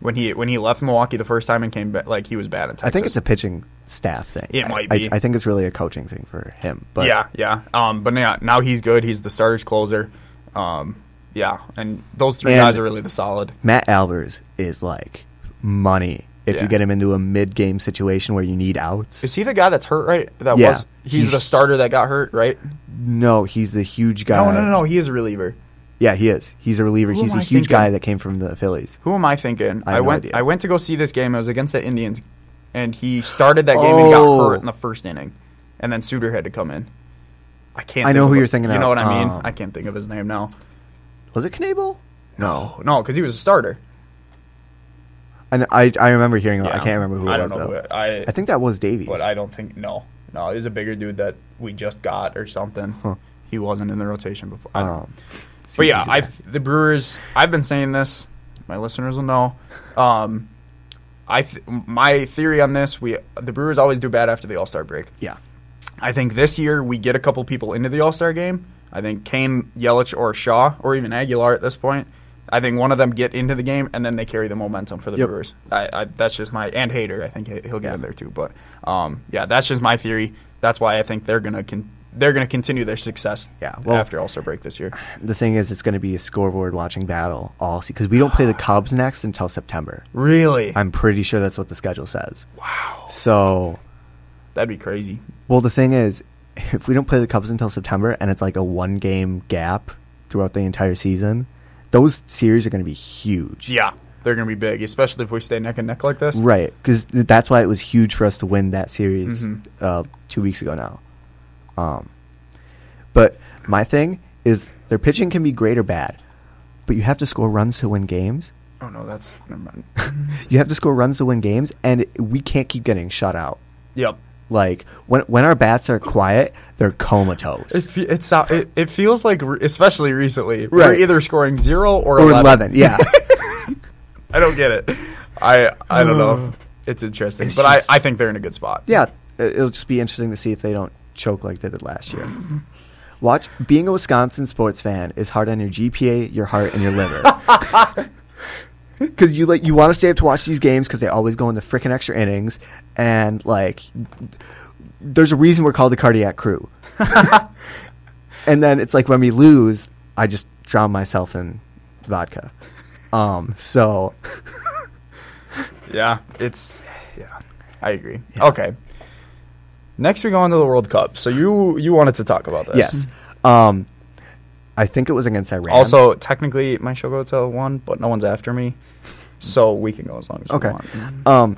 when he when he left Milwaukee the first time and came back. Like he was bad in Texas. I think it's a pitching staff thing. It I- might I, be. I, think it's really a coaching thing for him. But yeah, yeah. Um, but now, now he's good. He's the starter's closer. Um, yeah, and those three And- guys are really the solid. Matt Albers is like money. If Yeah. you get him into a mid-game situation where you need outs, Is he the guy that's hurt? Right? That Yeah. was he's the starter that got hurt, right? no, he's the huge guy. No, no, no, no. He is a reliever. Yeah, he is. He's a reliever. Who he's am a I huge thinking? guy that came from the Phillies. Who am I thinking? I have no went. idea. I went to go see this game. It was against the Indians, and he started that game and got Oh. hurt in the first inning, and then Suter had to come in. I can't. I think know of who it. you're thinking You of. know what I mean? Um, I can't think of his name now. Was it Knable? No, No, because he was a starter. and I I remember hearing. Oh, I Yeah. can't remember who it I was don't know though. who it- I- I think that was Davies. But I don't think no, no. He was a bigger dude that we just got or something. He wasn't in the rotation before. I don't know. Um, But yeah, seasons I ago. the Brewers. I've been saying this. My listeners will know. Um, I th- my theory on this: we the Brewers always do bad after the All Star break. yeah. I think this year we get a couple people into the All Star game. I think Kane, Yelich, or Shaw, or even Aguilar at this point. I think one of them get into the game and then they carry the momentum for the Yep. Brewers. I, I, that's just my and Hater. I think he- he'll get Yeah. in there too. But um, yeah, that's just my theory. That's why I think they're gonna con- they're gonna continue their success. Yeah, well- after All Star break this year. The thing is, it's going to be a scoreboard watching battle all because we don't play the Cubs next until September. Really? I'm pretty sure that's what the schedule says. wow, So, that'd be crazy. well, the thing is, (laughs) if we don't play the Cubs until September and it's like a one game gap throughout the entire season, those series are going to be huge. Yeah, they're gonna be big, especially if we stay neck and neck like this. Right. Because th- that's why it was huge for us to win that series Mhm. uh, two weeks ago now. Um, but my thing is, their pitching can be great or bad, but you have to score runs to win games. Oh no, that's never mind. (laughs) You have to score runs to win games, and we can't keep getting shut out. yep. Like when when our bats are quiet, they're comatose. It, fe- it's uh, it, it feels like re- especially recently we're Right. either scoring zero or, or 11. 11. Yeah. I don't get it. I I don't know. It's interesting, Uh, It's but just- I, I think they're in a good spot. yeah. it- It'll just be interesting to see if they don't choke like they did last year. Watch being a Wisconsin sports fan is hard on your GPA, your heart, and your liver. Because you like you want to stay up to watch these games because they always go into freaking extra innings, and like there's a reason we're called the cardiac crew. and then it's like when we lose, I just drown myself in vodka. Um, so yeah. It's yeah. I agree. Okay. Next we go on to the World Cup. So you you wanted to talk about this? Mm-hmm. Yes. Um, I think it was against Iran. Also, technically, my show goes till one, but no one's after me, so we can go as long as okay. we want. Um,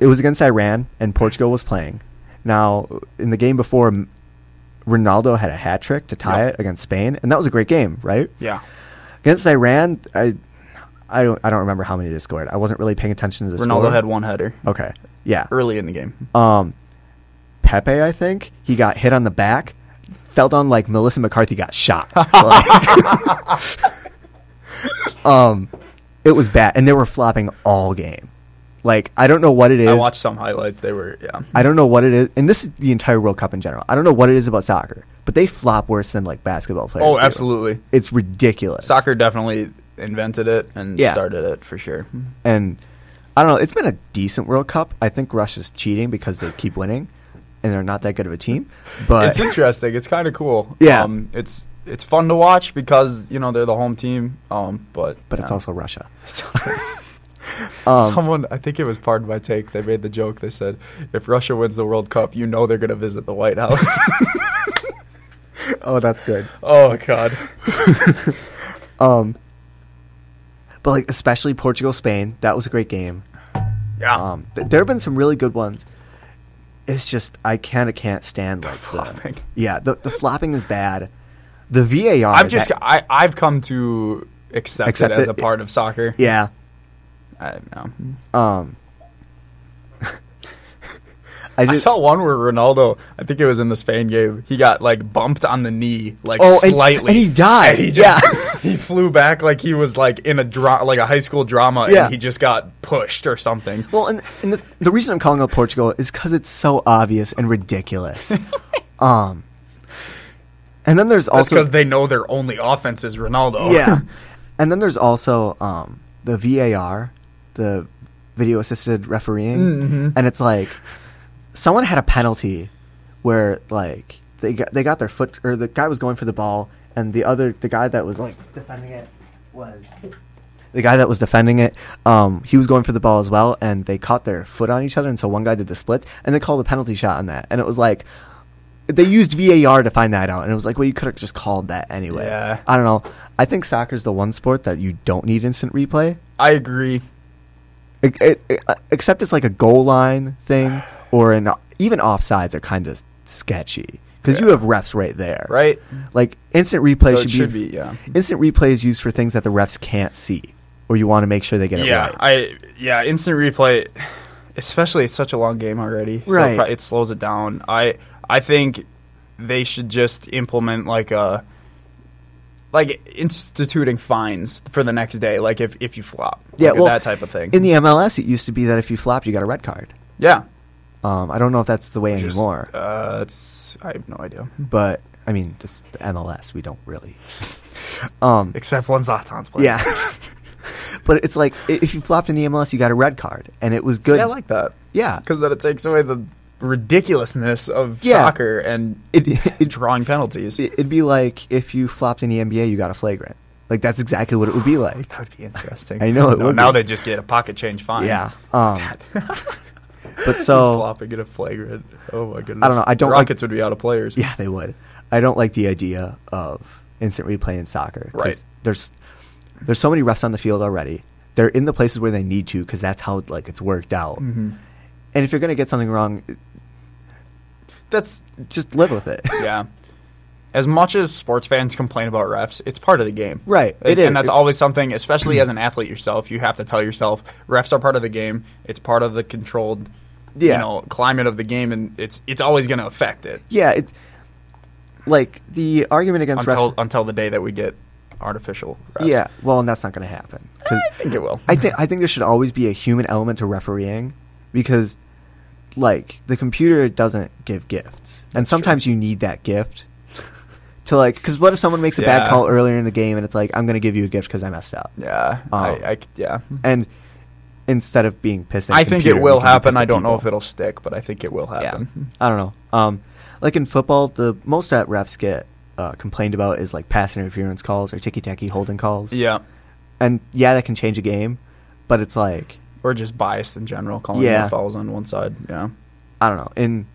it was against Iran, and Portugal was playing. Now, in the game before, M- Ronaldo had a hat trick to tie Yep. it against Spain, and that was a great game, right? Yeah. Against Iran, I, I don't, I don't remember how many they scored. I wasn't really paying attention to the Ronaldo score. had one Er header Okay. Yeah. early in the game. Um, Pepe, I think he got hit on the back, fell down like Melissa McCarthy (laughs) got shot. Like- (laughs) um, it was bad, and they were flopping all game. Like I don't know what it is. I watched some highlights. They were yeah. I don't know what it is, and this is the entire World Cup in general. I don't know what it is about soccer, but they flop worse than like basketball players. Oh, do. absolutely. It's ridiculous. Soccer definitely invented it and Yeah. started it for sure. and I don't know. It's been a decent World Cup. I think Russia's cheating because they keep winning, and they're not that good of a team. But It's interesting. It's kind of cool. Yeah. um, it's it's fun to watch because you know they're the home team. Um, but (laughs) but it's yeah. also Russia. (laughs) It's also- (laughs) Um, someone. I think it was part of my take. They made the joke. They said, "If Russia wins the World Cup, you know they're going to visit the White House." (laughs) (laughs) Oh, that's good. oh God. Um, but like especially Portugal Spain, that was a great game. Yeah. Um, th- there have been some really good ones. It's just I kind of can't stand like the- flopping. yeah, the the flopping is bad. The VAR. I've is just at- I I've come to accept, Accept it as it. a part of soccer. yeah. I don't know. Um, (laughs) I, saw one where Ronaldo, I think it was in the Spain game, he got like bumped on the knee, like Oh, and- slightly, and he died. And he just, (laughs) he flew back like he was like in a dra- like a high school drama, Yeah. and he just got pushed or something. Well, and, and the, the reason I'm calling out Portugal is because it's so obvious (laughs) and ridiculous. um, and then there's That's also because they know their only offense is Ronaldo. (laughs) yeah, and then there's also um, the VAR, the video assisted refereeing, Mm-hmm. and it's like someone had a penalty where like they got they got their foot or the guy was going for the ball and the other the guy that was like defending it was the guy that was defending it um, he was going for the ball as well and they caught their foot on each other and so one guy did the splits and they called a penalty shot on that and it was like they used VAR to find that out and it was like well you could have just called that anyway Yeah. I don't know I think soccer's the one sport that you don't need instant replay (laughs) I agree. it, it, it, except it's like a goal line thing or an even offsides are kind of sketchy because you have refs right there Right? like instant replay So should, it should be, yeah. instant replay is used for things that the refs can't see or you want to make sure they get it yeah, right I yeah, instant replay. Especially, it's such a long game already. so it Right. pro- it slows it down. I I think they should just implement like a like instituting fines for the next day, like if if you flop, yeah Like, well that type of thing. in the mls it used to be that if you flopped you got a red card yeah, um, i don't know if that's the way Just, anymore Uh, it's I have no idea. but i mean it's the mls we don't really (laughs) um, Except when Zatan's playing. yeah (laughs) but it's like i- if you flopped in the mls you got a red card and it was See, good I like that yeah because then it takes away the ridiculousness of Yeah. soccer and it, (laughs) it drawing penalties. It'd be like if you flopped in the NBA, you got a flagrant. Like that's exactly what it would be like. That would be interesting. I know it No, would now be. they just get a pocket change fine. Yeah. Um, (laughs) (laughs) but so flop and get a flagrant. Oh my goodness! I don't know, I don't like- Rockets would be out of players. yeah, they would. I don't like the idea of instant replay in soccer. 'cause Right. There's there's so many refs on the field already. They're in the places where they need to because that's how like it's worked out. Mm-hmm. And if you're gonna get something wrong, that's just live with it. (laughs) yeah. As much as sports fans complain about refs, it's part of the game. Right, And, it is. and that's It- always something, especially as an athlete yourself, you have to tell yourself refs are part of the game. It's part of the controlled Yeah. you know, climate of the game and it's it's always gonna affect it. yeah. It, like the argument against Until refs. until the day that we get artificial refs. Yeah. Well, and that's not gonna happen. 'cause- I think it will. I think I think there should always be a human element to refereeing because like the computer doesn't give gifts. That's and true. sometimes you need that gift to like cuz what if someone makes a bad Yeah. call earlier in the game and it's like I'm going to give you a gift cuz I messed up. yeah. Um, I, I c- yeah. And instead of being pissed at I the think computer, it will we can be happen. pissed I at don't know people. if it'll stick, but I think it will happen. I don't know. Um, like in football, the most that refs get uh, complained about is like pass interference calls or ticky tacky holding (laughs) calls. Yeah. And yeah, that can change a game, but it's like Or just biased in general, calling Yeah. more fouls on one side. Yeah. I don't know. In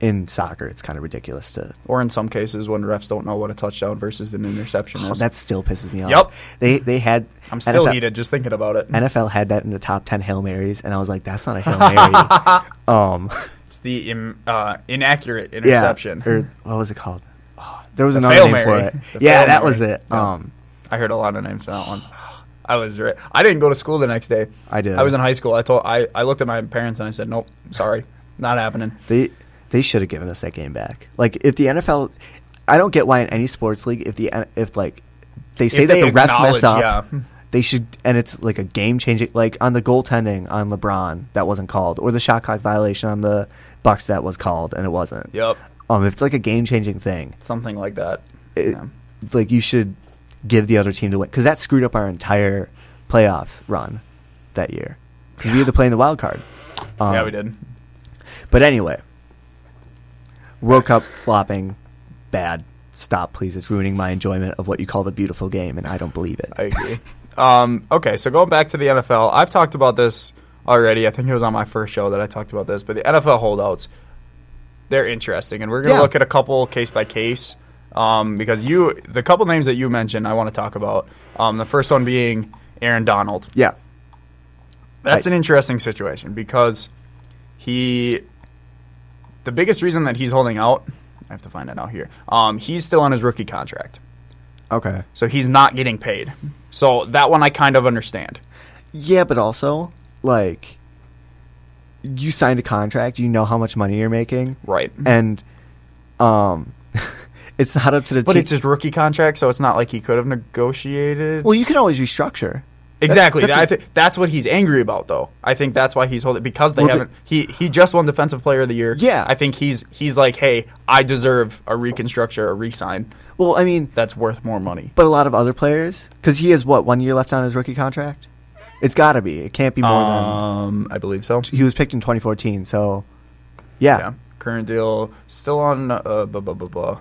in soccer, it's kind of ridiculous to. Or in some cases when refs don't know what a touchdown versus an interception is. that still pisses me off. Yup. They they had. I'm still NFL, heated just thinking about it. NFL had that in the top ten hail marys, and I was like, "That's not a hail mary." (laughs) um, It's the Im- uh, inaccurate yeah. interception. Or what was it called? Oh, there was The another Fail name for Mary. it. The yeah, Fail that was Mary. it. Yeah. Um, (laughs) I heard a lot of names for that one. (sighs) I was re- I didn't go to school the next day. I did. I was in high school. I told I, I looked at my parents and I said, "Nope, sorry, not happening." they they should have given us that game back. Like if the NFL, I don't get why in any sports league if the N- if like they say they that the refs mess acknowledge, up, yeah. they should and it's like a game changing like on the goaltending on LeBron that wasn't called or the shot clock violation on the Bucks that was called and it wasn't. Yep, Um, if it's like a game changing thing, something like that. it, Yeah. like you should give the other team to win because that screwed up our entire playoff run that year because we had to play in the wild card. Um, yeah, we did. but anyway, World Cup flopping, bad. Stop, please. It's ruining my enjoyment of what you call the beautiful game, and I don't believe it. I agree. um, okay, so going back to the NFL, I've talked about this already. I think it was on my first show that I talked about this, but the NFL holdouts, they're interesting, and we're going to Yeah. look at a couple case by case um, because you, the couple names that you mentioned, I want to talk about. Um, the first one being Aaron Donald. yeah, That's I- an interesting situation because he. The biggest reason that he's holding out, I have to find it out here. Um, he's still on his rookie contract, okay. so he's not getting paid. So that one I kind of understand. Yeah, but also, like, you signed a contract, you know how much money you're making, Right. and um, (laughs) It's not up to the But team. it's his rookie contract, so it's not like he could have negotiated. well, you can always restructure. exactly. that's a- I thi- that's what he's angry about, though. I think that's why he's holding because they Well, the- haven't. he he just won Defensive Player of the Year. Yeah. I think he's he's like, hey, I deserve a reconstructure, a re-sign Well, I mean, that's worth more money. but a lot of other players because he has what one year left on his rookie contract. It's got to be. It can't be more Um, I believe so. than he was picked in 2014. So, yeah, Yeah. Current deal still on uh, blah blah blah blah.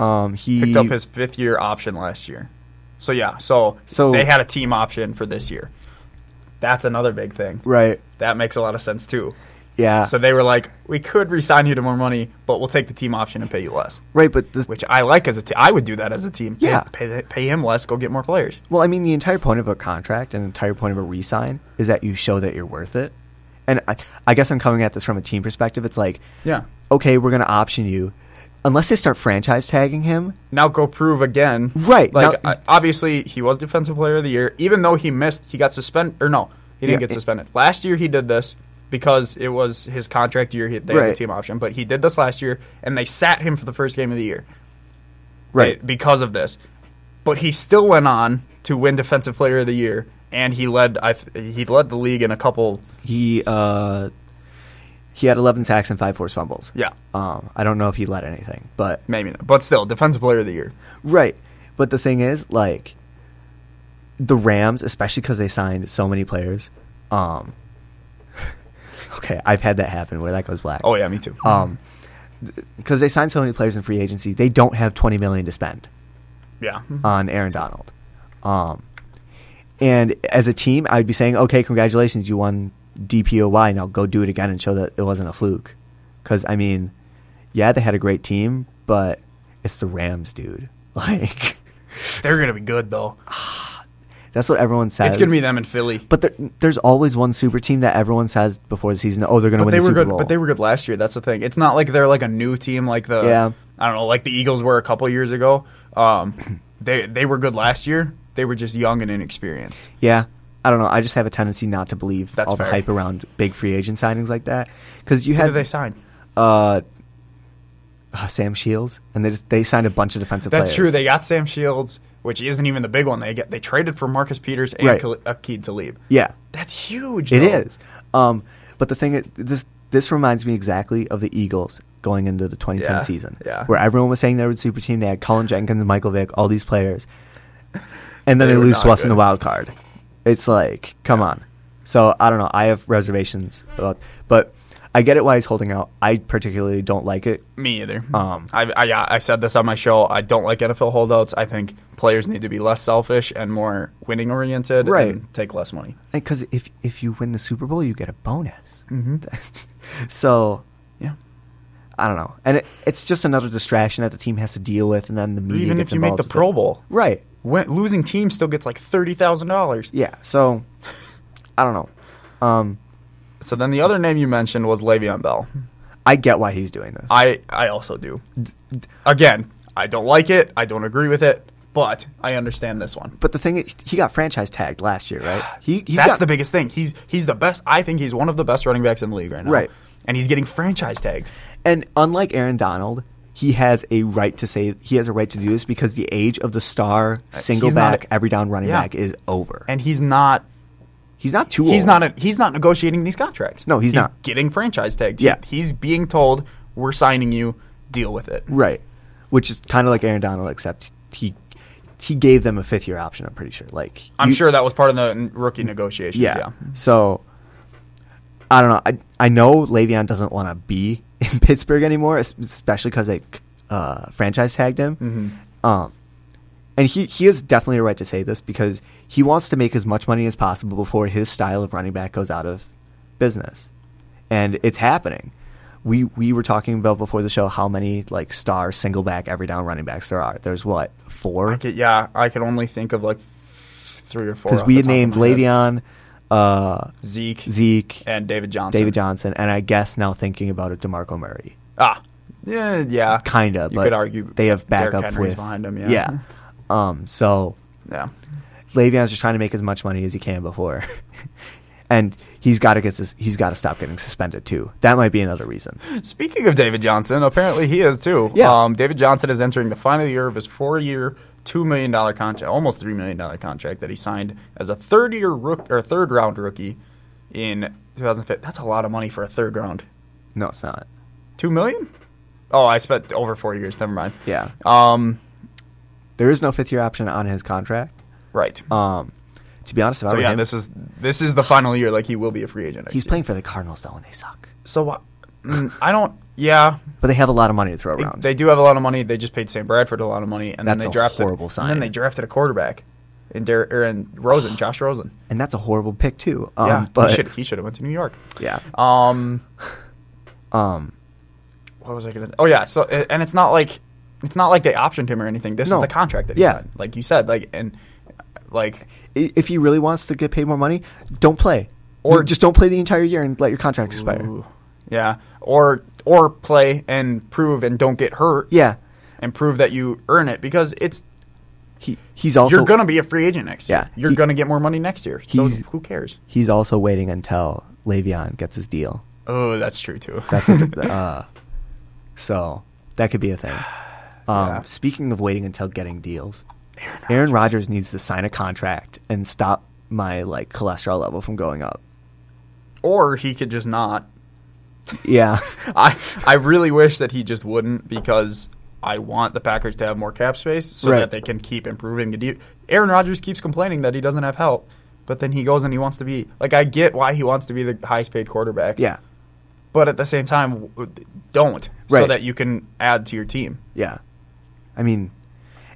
Um, he Picked up his fifth year option last year. So yeah, so So- they had a team option for this year. That's another big thing. right. That makes a lot of sense too. Yeah, So they were like, we could resign you to more money, but we'll take the team option and pay you less, right. But the, which I like as a team. I would do that as a team. Pay- Yeah. Pay, pay, him less, go get more players. Well, I mean, the entire point of a contract and the entire point of a re-sign is that you show that you're worth it. And I, I guess I'm coming at this from a team perspective. It's like, Yeah. okay, we're going to option you, unless they start franchise tagging him. Now go prove again. Right, Like, now- I- obviously, he was Defensive Player of the Year, even though he missed, he got suspended, or no, he didn't Yeah, get it- suspended. Last year, he did this because it was his contract year. He, they had the Right. team option, but he did this last year, and they sat him for the first game of the year. it- because of this. But he still went on to win Defensive Player of the Year, and he led. I th- he led the league in a couple. He uh, he had 11 sacks and five forced fumbles. Yeah, Um, I don't know if he led anything, but maybe, not, but still, Defensive Player of the Year. Right. But the thing is, like, the Rams, especially because they signed so many players. Um, (laughs) okay, I've had that happen where that goes black. Oh yeah, me too. Um, because they signed so many players in free agency, they don't have twenty million to spend yeah, on Aaron Donald. Um, and as a team, I'd be saying, okay, congratulations, you won DPOY. Now go do it again and show that it wasn't a fluke. Because I mean, yeah, they had a great team, but it's the Rams, dude. (laughs) Like. they're gonna be good though. That's what everyone says. It's gonna be them in Philly. But there, there's always one super team that everyone says before the season, oh, they're going to But win they the were Super good. Bowl. But they were good last year. That's the thing. It's not like they're like a new team like the. Yeah. I don't know, like the Eagles were a couple years ago. Um, they they were good last year. They were just young and inexperienced. yeah. I don't know. I just have a tendency not to believe That's all the fair. hype around big free agent signings like that. Because you Who did had they sign? uh, uh, Sam Shields, and they just, they signed a bunch of defensive That's true. players. They got Sam Shields, which isn't even the big one. They get they traded for Marcus Peters and Right. Khal- Aqib Talib. yeah, That's huge. it though. is. Um, but the thing is, this this reminds me exactly of the Eagles going into the 2010 Yeah, season, yeah. where everyone was saying they were a super team. They had Colin Jenkins, Michael Vick, all these players, and then They they, were lose to not us in the good. wild card. It's like, come on. So I don't know. I have reservations about, but I get it why he's holding out. I particularly don't like it. Me either. Um, I, I yeah, I said this on my show. I don't like NFL holdouts. I think players need to be less selfish and more winning oriented. Right. And take less money. Because if if you win the Super Bowl, you get a bonus. Mm-hmm. (laughs) so Yeah. I don't know, and it, it's just another distraction that the team has to deal with, and then the media. Even gets if you make involved the with it. Pro Bowl, right? win- losing team still gets like thirty thousand dollars. Yeah. So I don't know. Um, So then the other name you mentioned was Le'Veon Bell. I get why he's doing this. I I also do. Again, I don't like it. I don't agree with it. But I understand this one. but the thing is, he got franchise tagged last year, (sighs) right? He he's That's got, the biggest thing. He's he's the best. I think he's one of the best running backs in the league right now. Right. And he's getting franchise tagged. and unlike Aaron Donald. He has a right to say he has a right to do this because the age of the star single Uh, he's not back a- every down running Yeah. back is over. And he's not he's not too old. he's not a, he's not negotiating these contracts. No, he's not. getting franchise tagged. Yeah. He's being told we're signing you, deal with it. Right. Which is kind of like Aaron Donald, except he he gave them a fifth year option. I'm pretty sure. Like I'm you- sure that was part of the n- rookie negotiations. Yeah. Yeah. So I don't know. I I know Le'Veon doesn't want to be (laughs) in Pittsburgh anymore, es- especially because they uh, franchise tagged him. Mm-hmm. Um, and he he has definitely a right to say this because he wants to make as much money as possible before his style of running back goes out of business, and it's happening. We we were talking about before the show how many like star single back every down running backs there are. There's what four? Okay, yeah, I can only think of like three or four. Because off we the had top of named my head. Le'Veon, uh, Zeke, Zeke, and David Johnson. David Johnson, and I guess now thinking about it, Demarco Murray, Ah, yeah, yeah, kind of. You but could argue they have Derrick backup Henry's with behind him. Yeah, yeah. Um, so yeah. Le'Veon's just trying to make as much money as he can before, (laughs) and he's got to get sus- he's got to stop getting suspended too. That might be another (laughs) reason. Speaking of David Johnson, apparently he is too. Yeah. Um, David Johnson is entering the final year of his four-year, two million dollar contract, almost three million dollar contract that he signed as a third-year rook or third-round rookie in 2005. That's a lot of money for a third round. No, it's not. Two million? Oh, I spent over four years. Never mind. Yeah, Um, there is no fifth year option on his contract. right. Um, to be honest, if I so were yeah, him, this is this is the final year. Like he will be a free agent. Next he's year. playing for the Cardinals though, and they suck. So uh, mm, I don't. Yeah, But they have a lot of money to throw They, around. they do have a lot of money. They just paid Sam Bradford a lot of money, and That's then a they drafted horrible And then sign. they drafted a quarterback, and Der- er, and Rosen, Josh Rosen. and that's a horrible pick too. Um, yeah, but he should he should have went to New York. (laughs) yeah, Um, Uh, um, what was I gonna? Oh yeah, so a- and it's not like it's not like they optioned him or anything. This No. is the contract that he Yeah. signed, like you said, like and like i- if he really wants to get paid more money, don't play, Or- You just don't play the entire year and let your contract expire. ooh, yeah, or or play and prove and don't get hurt. Yeah, and prove that you earn it because it's he he's also you're gonna be a free agent next year. Yeah, you're he- gonna get more money next year. So He's- who cares? he's also waiting until Le'Veon gets his deal. Oh, that's true too. (laughs) That's uh, so that could be (sighs) a thing. Um, Yeah. Speaking of waiting until getting deals, Aaron Rodgers needs to sign a contract and stop my like cholesterol level from going up. or he could just not. Yeah, (laughs) I I really wish that he just wouldn't because I want the Packers to have more cap space so Right. that they can keep improving. the de- Aaron Rodgers keeps complaining that he doesn't have help, but then he goes and he wants to be like I get why he wants to be the highest paid quarterback. yeah, but at the same time, w- don't so Right. that you can add to your team. yeah. I mean,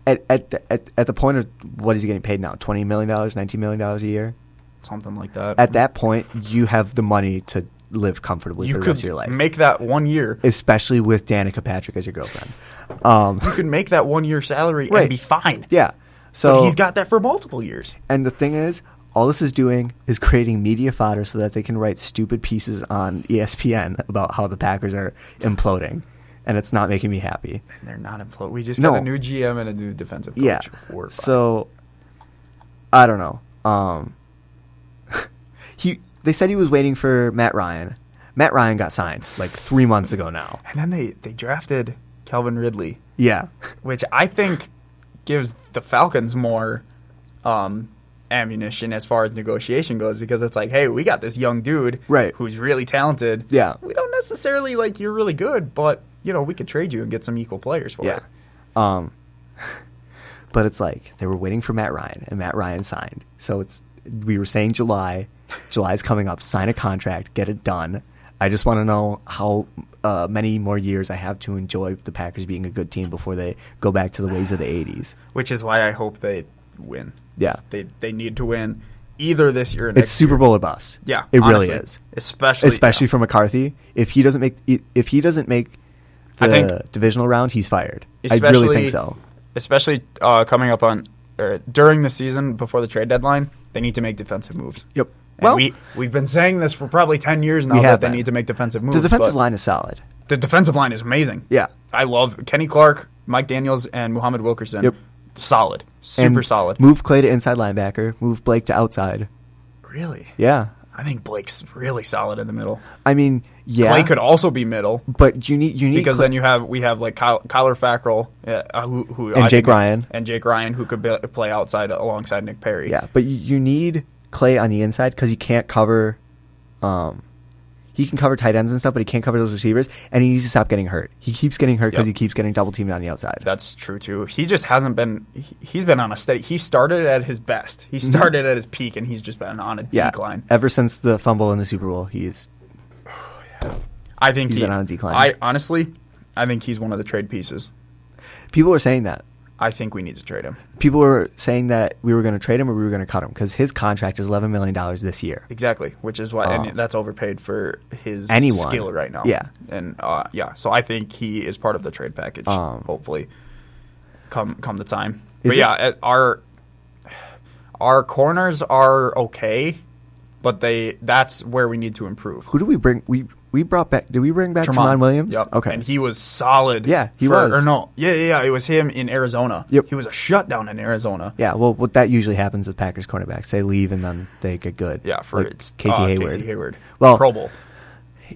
at at the, at at the point of what is he getting paid now? Twenty million dollars, nineteen million dollars a year. Something like that. At that point, you have the money to live comfortably you for the could rest of your life, make that one year. especially with Danica Patrick as your girlfriend. Um, You could make that one year salary and Right. be fine. yeah. So But he's got that for multiple years. And the thing is, all this is doing is creating media fodder so that they can write stupid pieces on E ESPN about how the Packers are imploding. And it's not making me happy. And they're not employed. We just No. got a new GM and a new defensive coach. Yeah. We're fine. So I don't know. Um, (laughs) he they said he was waiting for Matt Ryan. Matt Ryan got signed like three months ago now. and then they, they drafted Calvin Ridley, Yeah. which I think gives the Falcons more um, ammunition as far as negotiation goes because it's like, hey, we got this young dude Right. who's really talented. Yeah. We don't necessarily like you're really good, but you know, we could trade you and get some equal players for Yeah. it. Um, (laughs) but it's like they were waiting for Matt Ryan, and Matt Ryan signed. So it's we were saying July. July's coming up. Sign a contract. Get it done. I just want to know how uh, many more years I have to enjoy the Packers being a good team before they go back to the ways of the '80s. Which is why I hope they win. Yeah. They they need to win either this year or next It's Super Bowl or bust. Yeah, it honestly. really is. Especially, especially yeah. for McCarthy. If he doesn't make if he doesn't make I the think- divisional round, he's fired. I Especially, really think so. Especially uh, coming up on or during the season before the trade deadline, they need to make defensive moves. Yep. And Well- we we've been saying this for probably ten years now We that have they been. need to make defensive moves. The defensive but line is solid. The defensive line is amazing. Yeah. I love Kenny Clark, Mike Daniels, and Muhammad Wilkerson. Yep. Solid. Super And solid. Move Clay to inside linebacker. Move Blake to outside. Really. Yeah, I think Blake's really solid in the middle. I mean, yeah, Clay could also be middle. but you need you need because Clay- then you have we have like Kyle, Kyler Fackrell, uh, who, who I think- Jake Ryan. and Jake Ryan, who could be, play outside alongside Nick Perry. yeah, but you, you need Clay on the inside because he can't cover. Um, he can cover tight ends and stuff, but he can't cover those receivers, and he needs to stop getting hurt. He keeps getting hurt because Yep. he keeps getting double teamed on the outside. that's true too. He just hasn't been. he- He's been on a steady. He started at his best. He started at his peak, and he's just been on a Mm-hmm. yeah, decline. ever since the fumble in the Super Bowl, he's I think He's he, been on a decline. I honestly, I think he's one of the trade pieces. people were saying that. I think we need to trade him. People were saying that we were going to trade him or we were going to cut him because his contract is eleven million dollars this year. Exactly, which is why Uh, and that's overpaid for his anyone. skill right now. Yeah. and uh, yeah, so I think he is part of the trade package. Um, hopefully, come come the time. Is But it- yeah, uh, our our corners are okay, but they that's where we need to improve. Who do we bring? We we brought back. Did we bring back Tremont, Williams? Yep. Okay. And he was solid. Yeah, he for- was. Or no, yeah, yeah, yeah. It was him in Arizona. Yep. He was a shutdown in Arizona. yeah. Well, what that usually happens with Packers cornerbacks, they leave and then they get good. Yeah, for Like it's Casey uh, Hayward. Casey Hayward. Well- Pro Bowl.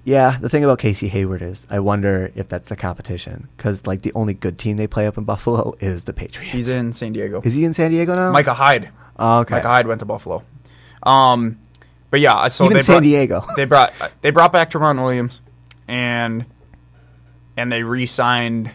Yeah, the thing about Casey Hayward is, I wonder if that's the competition because like the only good team they play up in Buffalo is the Patriots. He's in San Diego. Is he in San Diego now? Micah Hyde. Oh, okay. Micah Hyde went to Buffalo. Um, but yeah, so Even they San brought, Diego. (laughs) they brought they brought back Tremont Williams, and and they re-signed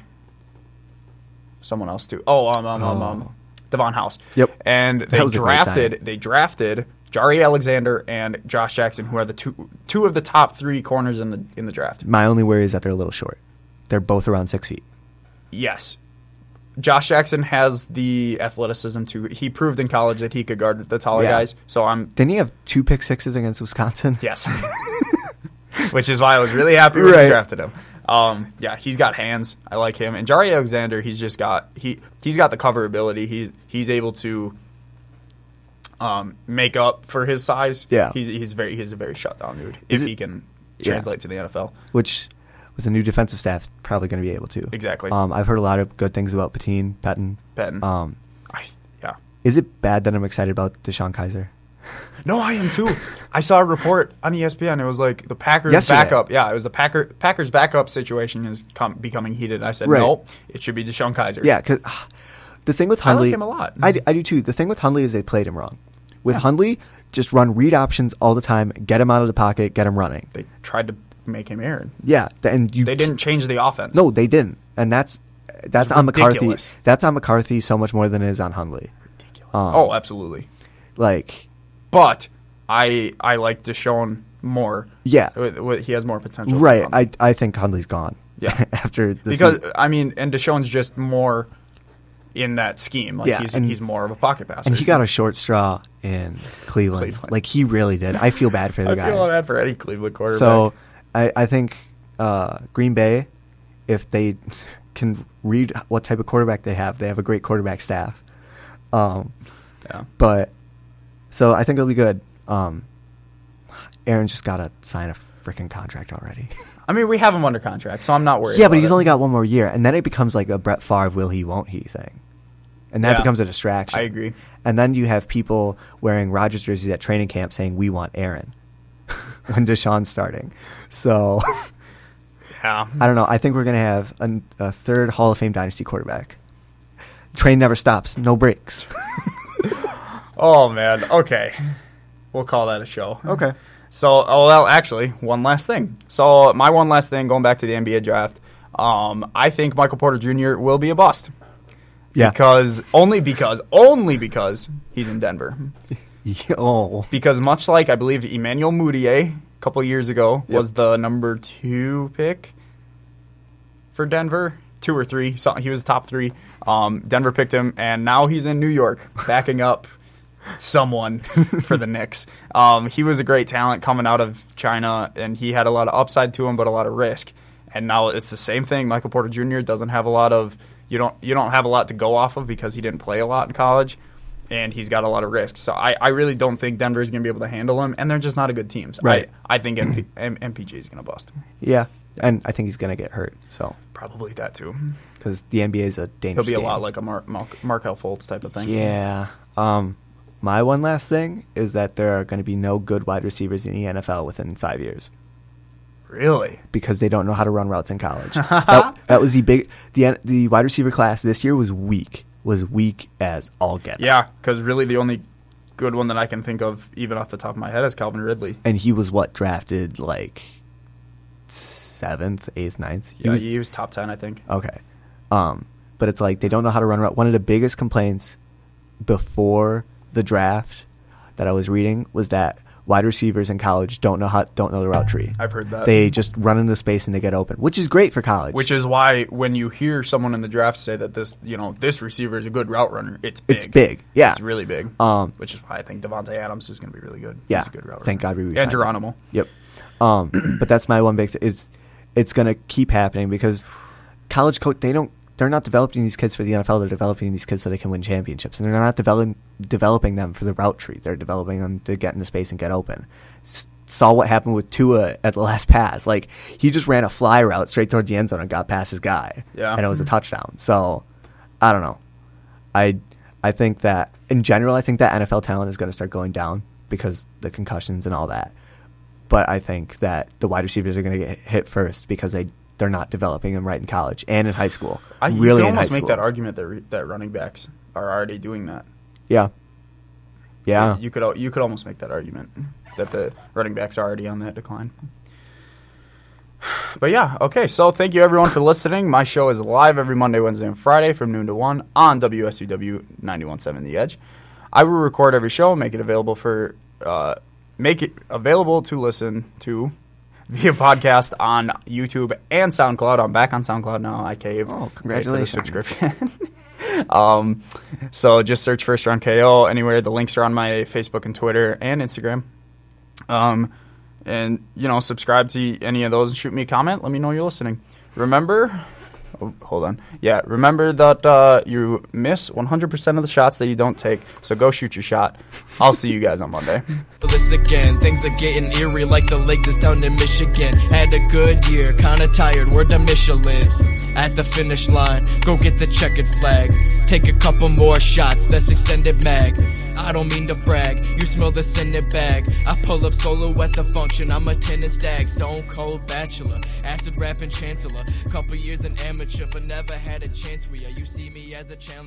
someone else too. Oh, um, um, um, Oh. um Devon House. Yep. And they was a great drafted they drafted Jari Alexander and Josh Jackson, who are the two two of the top three corners in the in the draft. My only worry is that they're a little short. They're both around six feet. Yes. Josh Jackson has the athleticism to. He proved in college that he could guard the taller Yeah. guys. So I'm Didn't he have two pick sixes against Wisconsin? Yes. (laughs) Which is why I was really happy when Right. we drafted him. Um, yeah, he's got hands. I like him. And Jari Alexander, he's just got he he's got the cover ability. He's he's able to um, make up for his size. Yeah. He's he's very he's a very shut down dude. if Is it- he can Yeah. translate to the NFL. (laughs) Which, with the new defensive staff, probably going to be able to. Exactly. Um, I've heard a lot of good things about Patine, Patton. Patton. Um, I yeah. is it bad that I'm excited about Deshaun Kaiser? No, I am too. I saw a report on E ESPN. It was like the Packers Yesterday. backup. Yeah, it was the Packer Packers backup situation is com- becoming heated. I said Right. no, it should be Deshaun Kaiser. Yeah, because the thing with I like Hundley, him a lot. I, d- I do too. The thing with Hundley is they played him wrong. With Hundley, just run read options all the time. Get him out of the pocket. Get him running. they tried to make him Aaron. Yeah, th- and you They didn't change the offense. No, they didn't. And that's It's that's on ridiculous. McCarthy. That's on McCarthy so much more than it is on Hundley. Um, oh, absolutely. Like But I I like Deshaun more. Yeah. With- with- he has more potential. right, Um, I I think Hundley's gone. Yeah. (laughs) after this because season. I mean, and Deshaun's just more in that scheme. Like Yeah, he's and- he's more of a pocket passer. and he got a short straw in Cleveland. Cleveland. Like he really did. I feel bad for (laughs) the I guy. feel bad for any Cleveland quarterback. So I, I think uh, Green Bay, if they (laughs) can read what type of quarterback they have, they have a great quarterback staff. Um, yeah. but so I think it'll be good. Um, Aaron just got to sign a freaking contract already. (laughs) I mean, we have him under contract, so I'm not worried. yeah, but about he's it. only got one more year, and then it becomes like a Brett Favre will he won't he thing, and that Yeah. becomes a distraction. I agree. And then you have people wearing Rogers jerseys at training camp saying we want Aaron (laughs) when Deshaun's starting. So. (laughs) Yeah. I don't know. I think we're going to have an, a third Hall of Fame dynasty quarterback. Train never stops, no breaks. (laughs) Oh man. Okay. We'll call that a show. Okay. So, oh well, actually, one last thing. So, my one last thing, going back to the NBA draft, um, I think Michael Porter Jr. will be a bust Yeah. (laughs) because only because only because he's in Denver. oh. Because much like I believe Emmanuel Mudiay a couple years ago Yep. was the number two pick for Denver, two or three. So he was top three. Um, Denver picked him, and now he's in New York, backing up someone (laughs) for the Knicks. Um, he was a great talent coming out of China, and he had a lot of upside to him, but a lot of risk. And now it's the same thing. Michael Porter Jr. doesn't have a lot of you don't you don't have a lot to go off of because he didn't play a lot in college. And he's got a lot of risks, so I, I really don't think Denver's going to be able to handle him, and they're just not a good team. So Right. I, I think MP, M- MPG is going to bust. Yeah. And I think he's going to get hurt. So, Probably that too. because the NBA is a He'll dangerous be a game. lot like a Mark, Mark Markel Fultz type of thing. Yeah. Um, my one last thing is that there are going to be no good wide receivers in the NFL within five years Really? because they don't know how to run routes in (laughs) college. that, that was the big, the, N- the wide receiver class this year was weak, was weak as all get. out. Yeah, because really the only good one that I can think of, even off the top of my head, is Calvin Ridley. and he was what drafted like seventh, eighth, ninth. He Yeah, was- Uh, he was top 10, I think. okay. Um, but it's like they don't know how to run route. One of the biggest complaints before the draft that I was reading was that wide receivers in college don't know how don't know the route tree. I've heard that. They just run into space and they get open, which is great for college. Which is why when you hear someone in the draft say that this, you know, this receiver is a good route runner, it's big. It's big, yeah. It's really big. Um, which is why I think Devontae Adams is going to be really good. yeah, He's a good route thank God runner. we And re-signed him. Geronimo. Yep. Um, (clears throat) but that's my one big. Th- it's it's gonna keep happening because college coach they don't they're not developing these kids for the NFL. They're developing these kids so they can win championships, and they're not developing developing them for the route tree. They're developing them to get into space and get open. S- saw what happened with Tua at the last (laughs) pass. Like he just ran a fly route straight towards the end zone and got past his guy. Yeah. And it was a touchdown. So I don't know. I I think that in general I think that NFL talent is going to start going down because the concussions and all that. But I think that the wide receivers are going to get hit first because they they're not developing them right in college and in high school. I you really can in high almost make school. that argument that re- that running backs are already doing that. Yeah. Yeah. you could al- you could almost make that argument that the running backs are already on that decline. But yeah, okay. So thank you everyone for listening. My show is live every Monday, Wednesday, and Friday from noon to one on WSUW 91.7 The Edge. I will record every show and make it available for uh, make it available to listen to (laughs) via podcast on YouTube and SoundCloud. I'm back on SoundCloud now. I cave. Oh, Pay for the congratulations. subscription. (laughs) um, so just search first round KO anywhere. The links are on my Facebook and Twitter and Instagram. Um, and you know, subscribe to any of those and shoot me a comment. Let me know you're listening. Remember, oh, hold on. Yeah, remember that uh, you miss 100% of the shots that you don't take. So go shoot your shot. I'll see you guys on Monday. Bliss again, things are getting eerie like the lake that's down in Michigan. Had a good year, kinda tired, word to Michelin. At the finish line, go get the checkered flag. Take a couple more shots, that's extended mag. I don't mean to brag, you smell this in the bag. I pull up solo at the function, I'm a tennis stag. Stone cold bachelor, acid rapping chancellor. Couple years an amateur, but never had a chance with ya. You see me as a challenger.